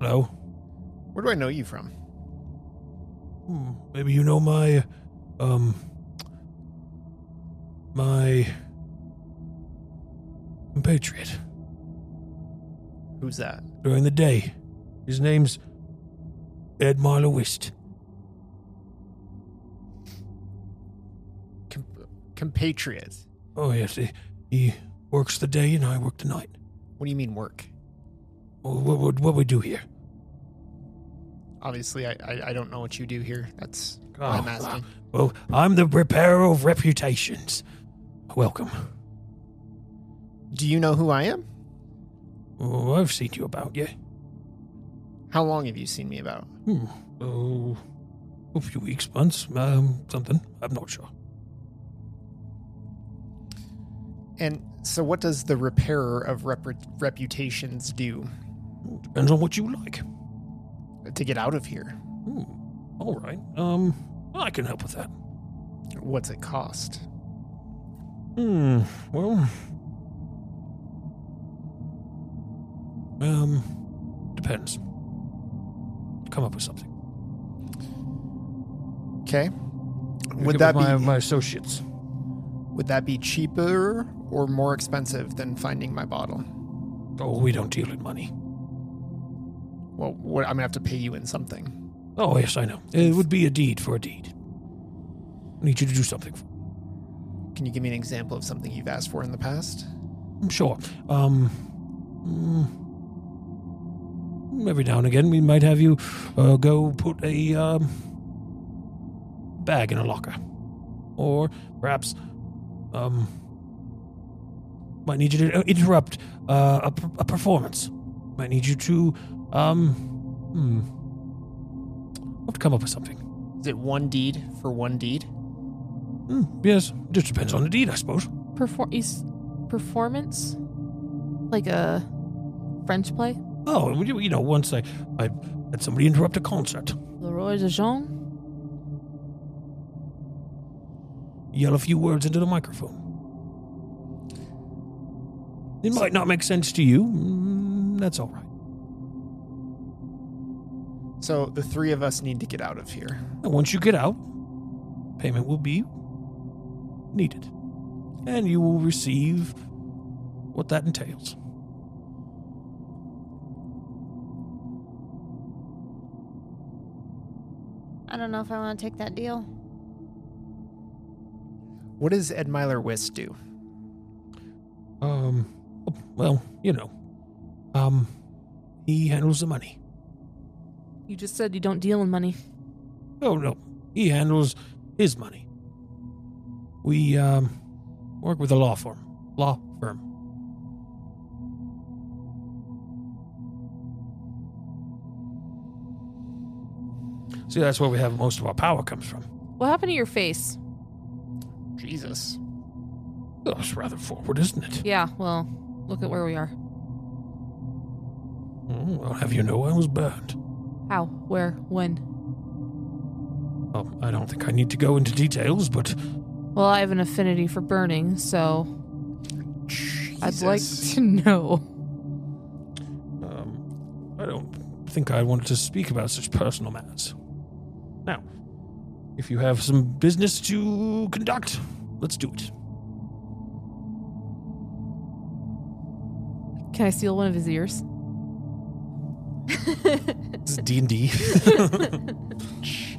A: hello?
C: Where do I know you from?
A: Hmm, maybe you know my, um, my compatriot
C: Who's that?
A: during the day. His name's Ed Marlowe Wist.
C: Com- compatriot.
A: Oh, yes. He, he works the day and I work the night.
C: What do you mean work?
A: Well, What, what, what we do here?
C: Obviously, I, I, I don't know what you do here. That's what
A: Oh,
C: I'm asking.
A: Well, I'm the repairer of reputations. Welcome.
C: Do you know who I am?
A: Oh, I've seen you about, yeah.
C: How long have you seen me about?
A: Hmm. Oh, a few weeks, months, um, something. I'm not sure.
C: And so, what does the repairer of repre- reputations do
A: Depends on what you like.
C: to get out of here?
A: Hmm. All right. Um, I can help with that.
C: What's it cost?
A: Hmm. Well. Um, depends. Come up with something.
C: Okay. Would
A: Get
C: that
A: with my,
C: be
A: my associates?
C: would that be cheaper or more expensive than finding my bottle?
A: Oh, we don't deal in money.
C: Well, what, I'm gonna have to pay you in something.
A: Oh yes, I know. It would be a deed for a deed. I need you to do something. For
C: Can you give me an example of something you've asked for in the past?
A: I'm sure. Um, mm, every now and again, we might have you uh, go put a um, bag in a locker, or perhaps um, might need you to interrupt uh, a, per- a performance. Might need you to um, hmm, I'll have to come up with something.
C: Is it one deed for one deed?
A: Hmm, yes, just depends on the deed, I suppose.
E: Perform is performance, like a French play.
A: Oh, and you you know, once I, I had somebody interrupt a concert.
E: Le Roi de Jean.
A: yell a few words into the microphone. It might not make sense to you. Mm, that's all right.
C: So the three of us need to get out of here.
A: And once you get out, payment will be needed. And you will receive what that entails.
B: I don't know if I want to take that deal.
C: What does Ed Miler Wist do?
A: Um, well, you know, um, he handles the money.
D: You just said you don't deal in money.
A: Oh no, he handles his money. We um work with a law firm. Law firm. See, that's where we have most of our power comes from.
D: What happened to your face?
C: Jesus.
A: Oh, it's rather forward, isn't it?
D: Yeah, well, look at where we are.
A: Mm, I'll have you know I was burned.
D: How? Where? When?
A: Well, I don't think I need to go into details, but
D: Well, I have an affinity for burning, so I'd like
C: <laughs> Jesus.
D: to know.
A: Um, I don't think I wanted to speak about such personal matters. Now, if you have some business to conduct, let's do it.
D: Can I steal one of his ears?
A: This is D and D.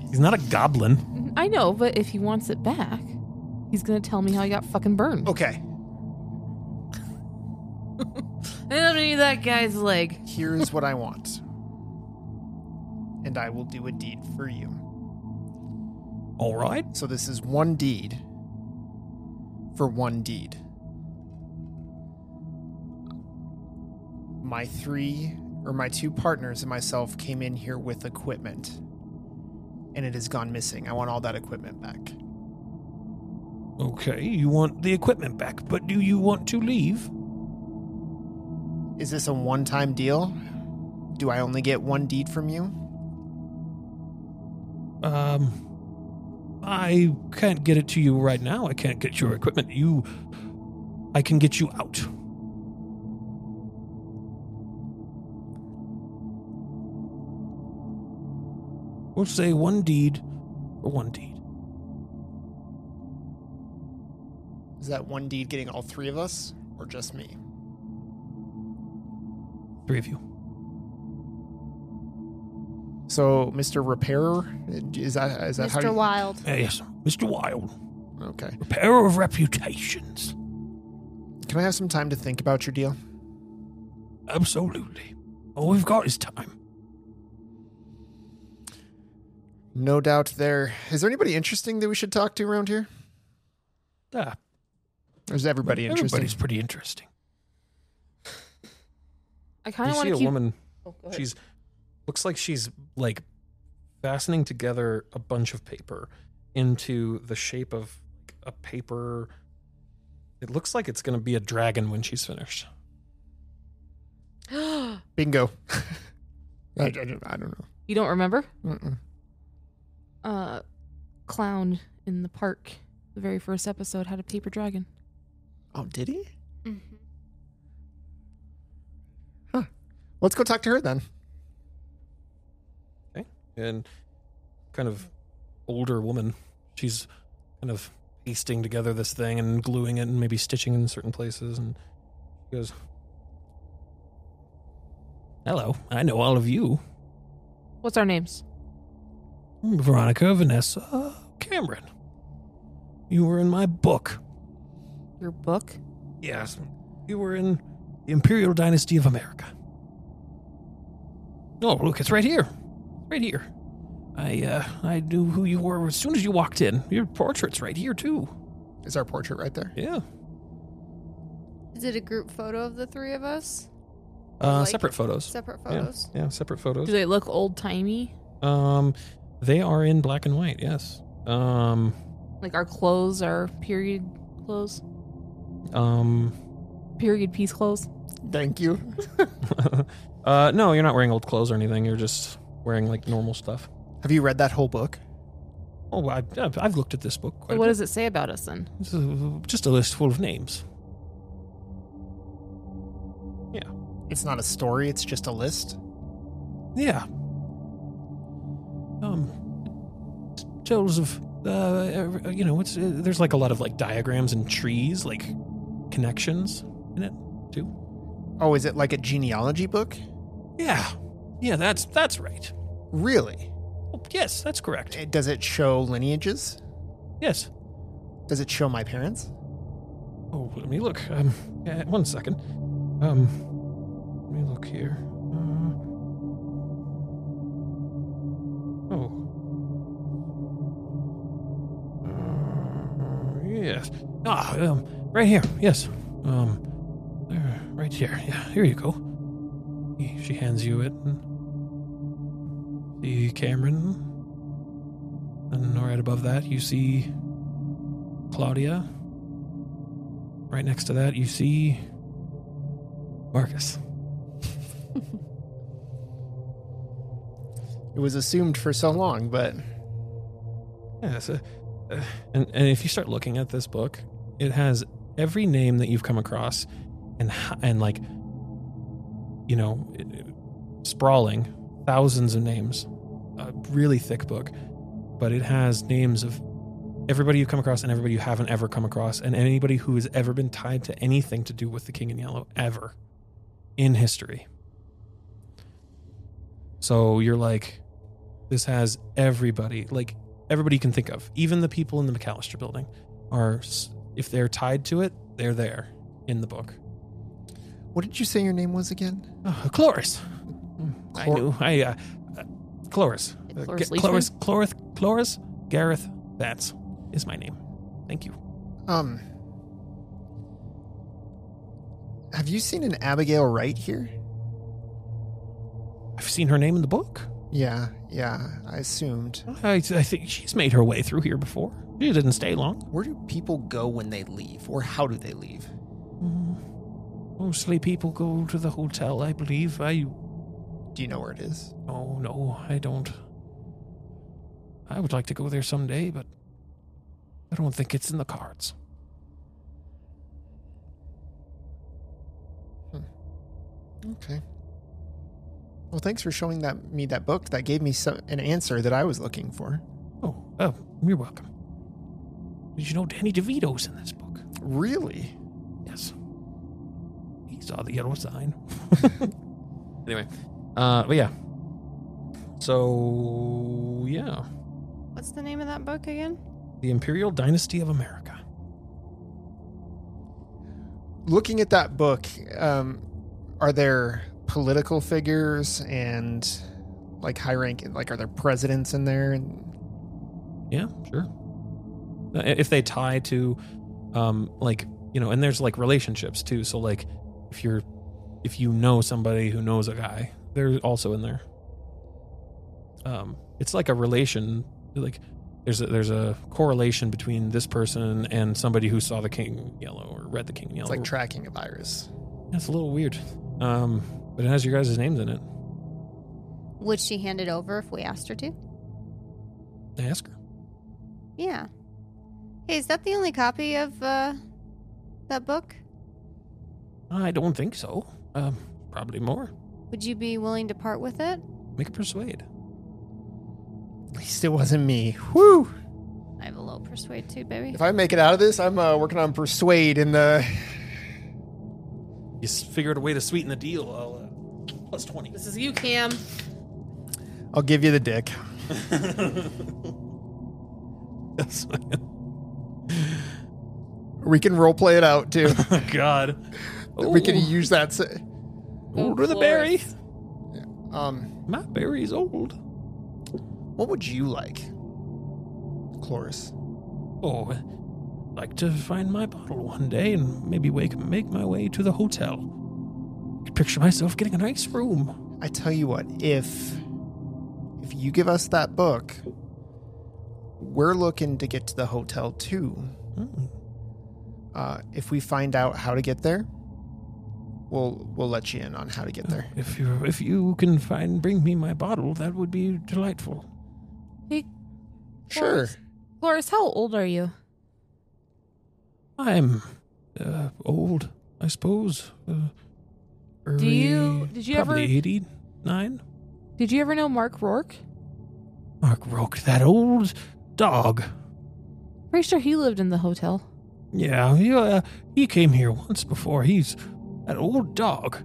A: He's not a goblin.
E: Mm-hmm. I know, but if he wants it back, he's gonna tell me how he got fucking burned.
C: Okay,
E: And I'm gonna need that guy's leg.
C: here's what I want. And I will do a deed for you.
A: All right.
C: So this is one deed for one deed. My three or my two partners and myself came in here with equipment and it has gone missing. I want all that equipment back.
A: Okay, you want the equipment back, but do you want to leave?
C: Is this a one-time deal? Do I only get one deed from you?
A: Um, I can't get it to you right now. I can't get your equipment. You, I can get you out. We'll say one deed for one deed.
C: Is that one deed getting all three of us or just me?
A: Three of you.
C: So, Mr. Repairer, is that is that how
B: Mr.
C: you
B: Wild.
A: Ah, yes, Mr. Wild,
C: Okay.
A: repairer of reputations.
C: Can I have some time to think about your deal?
A: Absolutely. All we've got is time.
C: No doubt there. Is there anybody interesting that we should talk to around here?
A: Ah,
C: Or is everybody interesting?
A: everybody's pretty interesting.
E: I kind of
A: you see
E: want
A: a
E: to keep.
A: woman. she's looks like she's like fastening together a bunch of paper into the shape of a paper. It looks like it's going to be a dragon when she's finished.
C: Bingo. <laughs> I, I don't, I don't know.
E: <gasps> You don't remember?
C: Mm-mm.
E: Uh, clown in the park. The very first episode had a paper dragon.
C: Oh, did he?
B: Mhm.
C: Let's go talk to her then.
A: And kind of older woman, she's kind of pasting together this thing and gluing it and maybe stitching in certain places. And she goes, "Hello, I know all of you."
E: What's our names?
A: Hmm, Veronica, Vanessa, Cameron. You were in my book.
E: Your book?
A: Yes. You were in the Imperial Dynasty of America. Oh, look, it's right here. Right here. I uh I knew who you were as soon as you walked in. Your portrait's right here too.
C: Is our portrait right there?
A: Yeah.
B: Is it a group photo of the three of us?
A: Uh
B: Like-
A: separate photos.
B: Separate
A: Yeah.
B: photos.
A: Yeah, separate
E: Do
A: photos.
E: they look old timey?
A: Um they are in black and white, yes. Um
E: Like our clothes, our period clothes,
A: um <laughs>
E: period piece clothes.
C: Thank you.
A: uh no, you're not wearing old clothes or anything. You're just wearing like normal stuff.
C: Have you read that whole book?
A: Oh, I, I've I've looked at this book.
E: So
A: Quite
E: what
A: a bit.
E: does it say about us then?
A: This is just a list full of names.
C: It's not a story, it's just a list.
A: Yeah. Um, it tells of uh, you know, it's uh, there's like a lot of like diagrams and trees, like connections in it too.
C: Oh, is it like a genealogy book?
A: Yeah, yeah, that's that's right.
C: Really?
A: Oh, yes, that's correct.
C: It- does it show lineages?
A: Yes.
C: Does it show my parents?
A: Oh, let me look. Um, yeah, one second. Um, let me look here. Uh, oh. Uh, yes. Ah, um, right here. Yes. Um, there, right here. Yeah, here you go. He, she hands you it. And see Cameron. And right above that, you see Claudia. Right next to that, you see Marcus.
C: It was assumed for so long, but
A: Yeah, so, uh, and, and if you start looking at this book, it has every name that you've come across and h- and like you know, it- it- sprawling thousands of names. A really thick book, but it has names of everybody you've come across and everybody you haven't ever come across and anybody who has ever been tied to anything to do with the King in Yellow ever in history. So you're like, this has everybody, like everybody you can think of, even the people in the McAllister building are, s- if they're tied to it, they're there in the book.
C: What did you say your name was again?
A: Oh, Cloris. I
C: Clor-
A: knew. I, uh, uh, Cloris. Uh,
E: Cloris
A: Ga-
E: Leachman?
A: Cloris, Cloris, Cloris, Gareth That's is my name. Thank you.
C: Um. Have you seen an Abigail Wright here?
A: I've seen her name in the book.
C: Yeah, yeah, I assumed.
A: I, I think she's made her way through here before. She didn't stay long.
C: Where do people go when they leave, or how do they leave?
A: Mm. Mostly people go to the hotel, I believe. I.
C: Do you know where it is?
A: Oh, no, I don't. I would like to go there someday, but I don't think it's in the cards.
C: Okay. Well, thanks for showing that me that book. That gave me some, an answer that I was looking for.
A: Oh, oh, you're welcome. Did you know Danny DeVito's in this book?
C: Really?
A: Yes. He saw the yellow sign. <laughs> anyway, uh, but yeah. So yeah,
B: What's the name of that book again?
A: the Imperial Dynasty of America.
C: Looking at that book, um, are there political figures and like high rank? Like, are there presidents in there? And
A: Yeah, sure. Uh, i- If they tie to, um, like you know, and there's like relationships too. So like, if you're, if you know somebody who knows a guy, they're also in there. Um, it's like a relation. Like, there's a, there's a correlation between this person and somebody who saw the king yellow or read the king
C: it's
A: yellow.
C: like tracking a virus.
A: That's a little weird. Um, but it has your guys' names in it.
B: Would she hand it over if we asked her to?
A: I ask her.
B: Yeah. Hey, is that the only copy of uh, that book?
A: I don't think so. Um, probably more.
B: Would you be willing to part with it?
A: Make a persuade.
C: At least it wasn't me. Whew.
B: I have a low persuade too, baby.
C: If I make it out of this, I'm uh, working on persuade uh, in the.
A: You s- figured a way to sweeten the deal. I'll, uh, plus <laughs> 20.
D: This is you, Cam.
C: I'll give you the dick.
A: That's-
C: We can roleplay it out too.
A: oh, God.
C: we can
A: Ooh,
C: use that. s-
A: Old with a berry.
C: Um,
A: My berry's old.
C: what would you like, Cloris?
A: Oh, I'd like to find my bottle one day and maybe wake, make my way to the hotel. Could Picture myself getting a nice room.
C: I tell you what, if if you give us that book, we're looking to get to the hotel too.
A: Mm.
C: Uh, if we find out how to get there, we'll we'll let you in on how to get there.
A: If you if you can find bring me my bottle, that would be delightful.
E: Hey,
C: Sure.
E: Cloris, how old are you?
A: I'm uh, old, I suppose. Uh,
D: Do you-
A: early-
D: did you
A: probably
D: ever-
A: eighty nine?
D: Did you ever know Mark Rourke?
A: Mark Roke, that old dog.
E: Pretty sure he lived in the hotel.
A: Yeah, he uh, he came here once before. He's that old dog.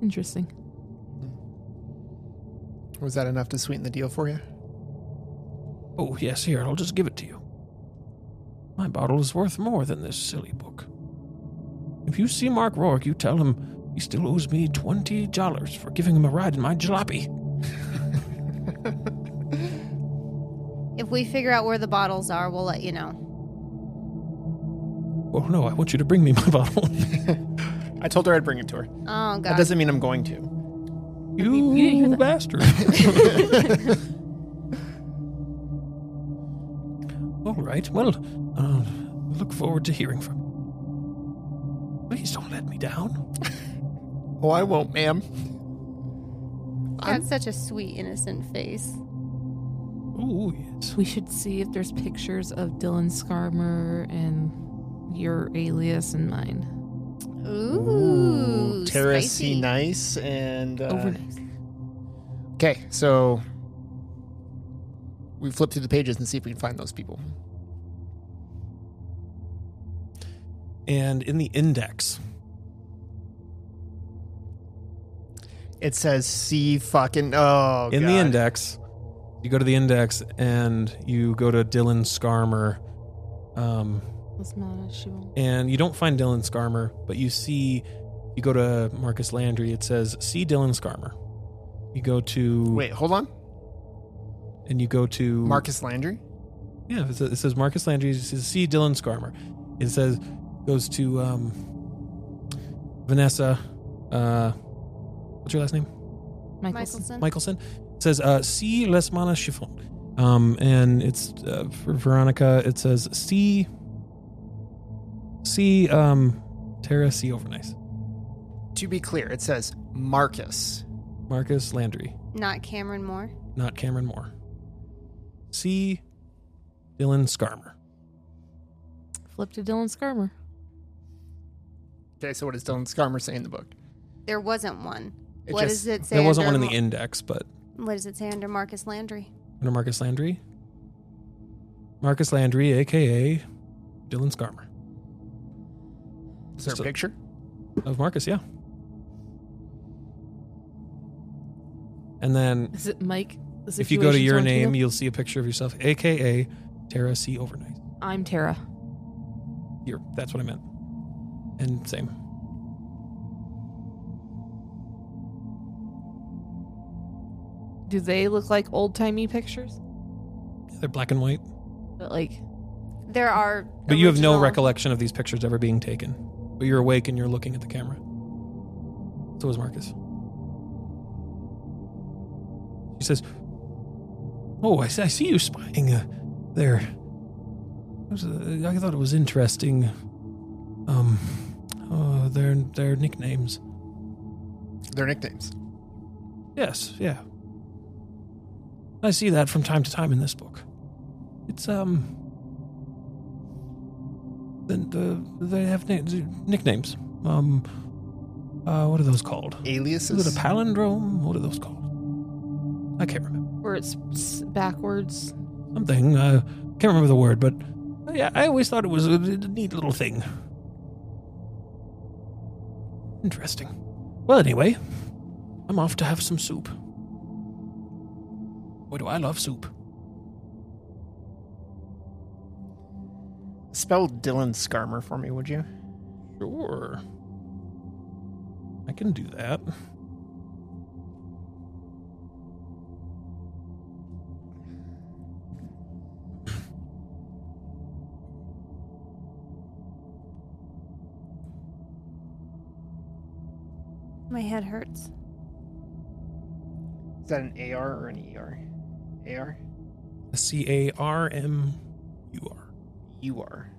E: Interesting.
C: Was that enough to sweeten the deal for you?
A: Oh yes, here I'll just give it to you. My bottle is worth more than this silly book. If you see Mark Rourke, you tell him he still owes me twenty dollars for giving him a ride in my jalopy.
B: If we figure out where the bottles are, we'll let you know.
A: Oh no, I want you to bring me my <laughs> bottle.
C: I told her I'd bring it to her.
B: Oh
C: That
B: god.
C: doesn't mean I'm going to.
E: you
A: You
E: didn't hear that. <laughs>
A: bastard. All right. Well, uh, look forward to hearing from you. Please don't let me down.
C: Oh, I won't, ma'am. I'm-
B: That's such a sweet, innocent face.
A: Oh, yes.
E: We should see if there's pictures of Dylan Skarmer and your alias and mine.
B: Ooh,
C: Terra C.
B: spicy.
C: Nice and uh,
E: Overnight.
C: Okay, so we flip through the pages and see if we can find those people.
A: And in the index,
C: It says C fucking. Oh,
A: in
C: God.
A: the index, you go to the index and you go to Dylan Skarmer. Um,
E: That's not a shield.
A: and you don't find Dylan Skarmer, but you see, you go to Marcus Landry. It says, "See Dylan Skarmer." You go to
C: Wait, hold on.
A: and you go to
C: Marcus Landry.
A: Yeah, it says, it says Marcus Landry. It says see Dylan Skarmer. It says goes to um, Vanessa. Uh, what's your last name?
E: Michael's
B: Michelson.
A: Michelson. It says uh, see Les Manas Chiffon. Um, and it's uh, for Veronica. It says see see um, Tara C Overnice.
C: To be clear, it says Marcus.
A: Marcus Landry,
B: Not Cameron Moore.
A: not Cameron Moore. See Dylan Skarmer.
E: flip to Dylan Skirmer.
C: Okay, so what does Dylan Skarmer say in the book?
B: There wasn't one.
C: It
B: what
C: just-
B: does it say?
A: There wasn't one
B: under
A: in the
B: Mar-
A: index, but
B: What does it say under Marcus Landry?
A: under Marcus Landry. Marcus Landry, aka Dylan Skarmer.
C: Is there a
A: So-
C: picture?
A: Of Marcus, yeah. And then
E: Is it Mike? The
A: if you go to
E: situation's
A: your
E: on
A: name,
E: you?
A: you'll see a picture of yourself, aka Tara C. Overnight.
E: I'm Tara.
A: Here, that's what I meant. And same.
E: Do they look like old timey pictures?
A: They're black and white.
E: But like,
B: There are.
A: But you have no
B: original-
A: recollection of these pictures ever being taken. But you're awake and you're looking at the camera. So is Marcus. She says, Oh, I see, I see you spying uh, there. It was, uh, I thought it was interesting. Um, uh, their, their nicknames.
C: Their nicknames.
A: Yes, yeah. I see that from time to time in this book. It's um. Then the they have na- nicknames. Um, uh, what are those called? Is
C: Aliases.
A: it a palindrome? What are those called? I can't remember.
E: where it's s- backwards.
A: Something. Uh, can't remember the word, but uh, yeah, I always thought it was a, a neat little thing. Interesting. Well, anyway, I'm off to have some soup. Boy, do I love soup.
C: Spell Dylan Skarmer for me, would you?
A: Sure. I can do that.
B: My head hurts.
C: Is that an AR or an ER? AR?
A: C A R M U R.
C: You are.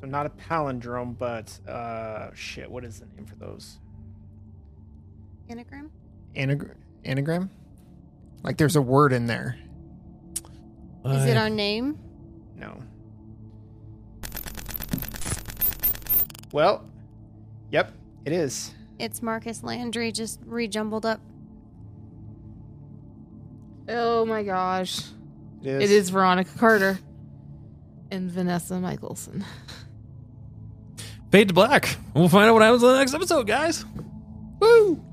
C: So not a palindrome, but uh, shit. What is the name for those?
B: Anagram.
C: Anagr- anagram? Like there's a word in there.
B: Is it our name?
C: No. Well, yep, it is.
B: It's Marcus Landry, just rejumbled up.
E: Oh my gosh!
C: It is.
E: It is Veronica Carter and Vanessa Michelson.
A: Fade to Black. We'll find out what happens on the next episode, guys. Woo!